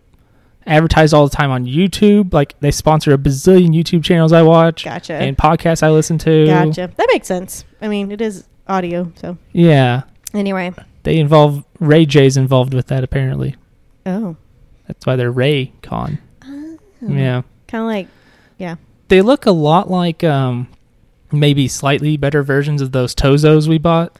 advertised all the time on YouTube. Like they sponsor a bazillion YouTube channels I watch
Gotcha.
and podcasts I listen to.
gotcha. That makes sense. I mean, it is audio, so
Yeah,
anyway.
they involve Ray J's involved with that apparently.
Oh.
That's why they're Raycon. Yeah,
Kind of like yeah.
they look a lot like um maybe slightly better versions of those Tozos we bought.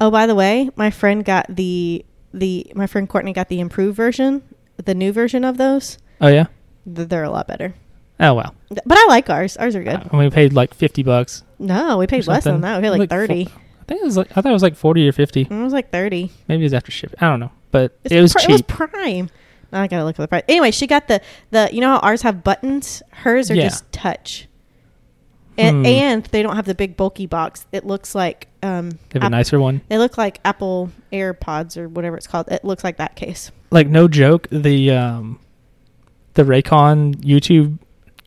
Oh, by the way, my friend got the the my friend Courtney got the improved version, the new version of those.
Oh yeah.
Th- They're a lot better.
Oh well.
Th- But I like ours. Ours are good.
Uh, we paid like fifty bucks.
no, we
or
paid less
something.
than that. We paid like,
Like,
thirty.
four- I think it was like I thought it was like forty or fifty.
It was like thirty.
Maybe it was after shipping. I don't know, but it was
pri-
cheap.
It was prime. Now I gotta look for the price. Anyway, she got the the you know how ours have buttons. Hers are
Yeah.
just touch. And,
Hmm.
and they don't have the big bulky box. It looks like um.
they have a
App-
nicer one.
They look like Apple AirPods or whatever it's called. It looks like that case.
Like no joke, the um, the Raycon YouTube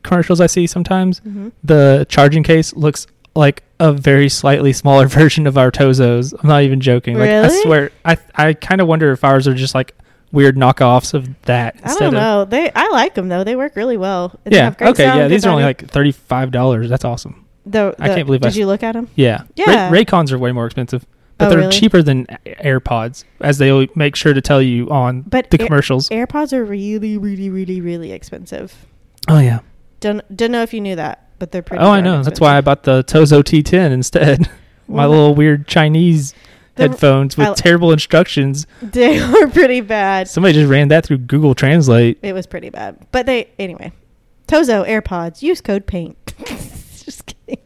commercials I see sometimes,
Mhm.
the charging case looks like a very slightly smaller *laughs* version of our Tozos. I'm not even joking. Like
Really?
I swear, I I kind of wonder if ours are just like weird knockoffs of that.
I don't
of,
know. They I like them though. They work really well. They
Yeah.
have great
okay.
sound,
Yeah.
good
These are only
audio.
like thirty five dollars. That's awesome.
The,
I
the-
can't believe I
Did
s-
you look at them?
Yeah.
Yeah.
Ray- Raycons are way more expensive, but
Oh,
they're
really?
cheaper than A- AirPods, as they always make sure to tell you on
But
the
Air-
commercials.
AirPods are really, really, really, really expensive.
oh yeah.
Don't don't know if you knew that, but they're pretty.
Oh, I
darn
know. That's why I
expensive.
bought the Tozo T10 instead. *laughs* My
Well,
little weird Chinese
they're-
headphones with
I-
terrible instructions.
*laughs* They were pretty bad.
Somebody just ran that through Google Translate.
It was pretty bad. But they anyway. Tozo AirPods. Use code Paint. *laughs* Just kidding.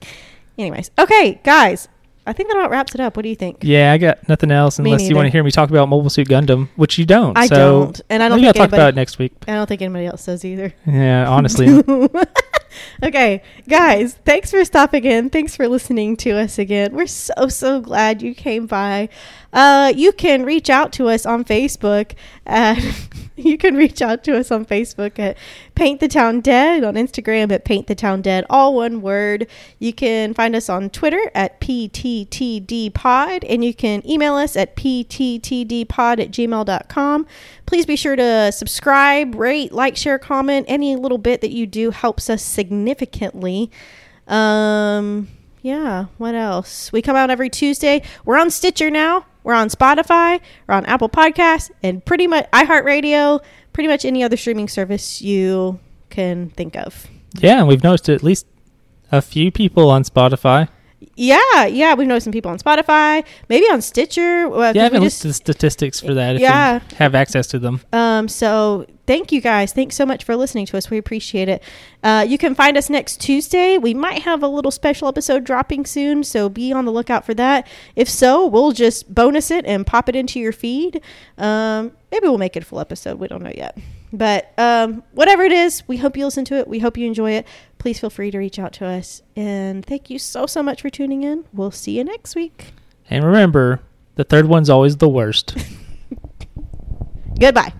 Anyways, okay, guys. I think that about wraps it up. What do you think?
Yeah, I got nothing else
Me
unless you want to
neither.
hear me talk about Mobile Suit Gundam, which you don't.
I
so
don't, and I don't
We gotta
think
talk about it
anybody-
next week.
I don't think anybody else does either.
Yeah, honestly.
*laughs* okay, guys, thanks for stopping in. Thanks for listening to us again. We're so, so glad you came by. Uh, you can reach out to us on Facebook. At, *laughs* you can reach out to us on Facebook at Paint the Town Dead, on Instagram at Paint the Town Dead, all one word. You can find us on Twitter at PTTD Pod, and you can email us at PTTDpod at gmail.com. Please be sure to subscribe, rate, like, share, comment. Any little bit that you do helps us significantly. Um, yeah, what else? We come out every Tuesday. We're on Stitcher now. We're on Spotify. We're on Apple Podcasts and pretty much iHeartRadio, pretty much any other streaming service you can think of.
yeah, and we've noticed at least a few people on Spotify.
Yeah, yeah, we've noticed some people on Spotify, maybe on Stitcher. Uh, 'cause
Yeah, I
we
haven't
just-
looked at the statistics for that. If
Yeah.
you have access to them.
Um, so thank you guys. Thanks so much for listening to us. We appreciate it. Uh, you can find us next Tuesday. We might have a little special episode dropping soon, so be on the lookout for that. If so, we'll just bonus it and pop it into your feed. Um, maybe we'll make it a full episode. We don't know yet. But um, whatever it is, we hope you listen to it. We hope you enjoy it. Please feel free to reach out to us. And thank you so, so much for tuning in. We'll see you next week. *laughs* *laughs*
And remember, the third one's always the worst.
Goodbye.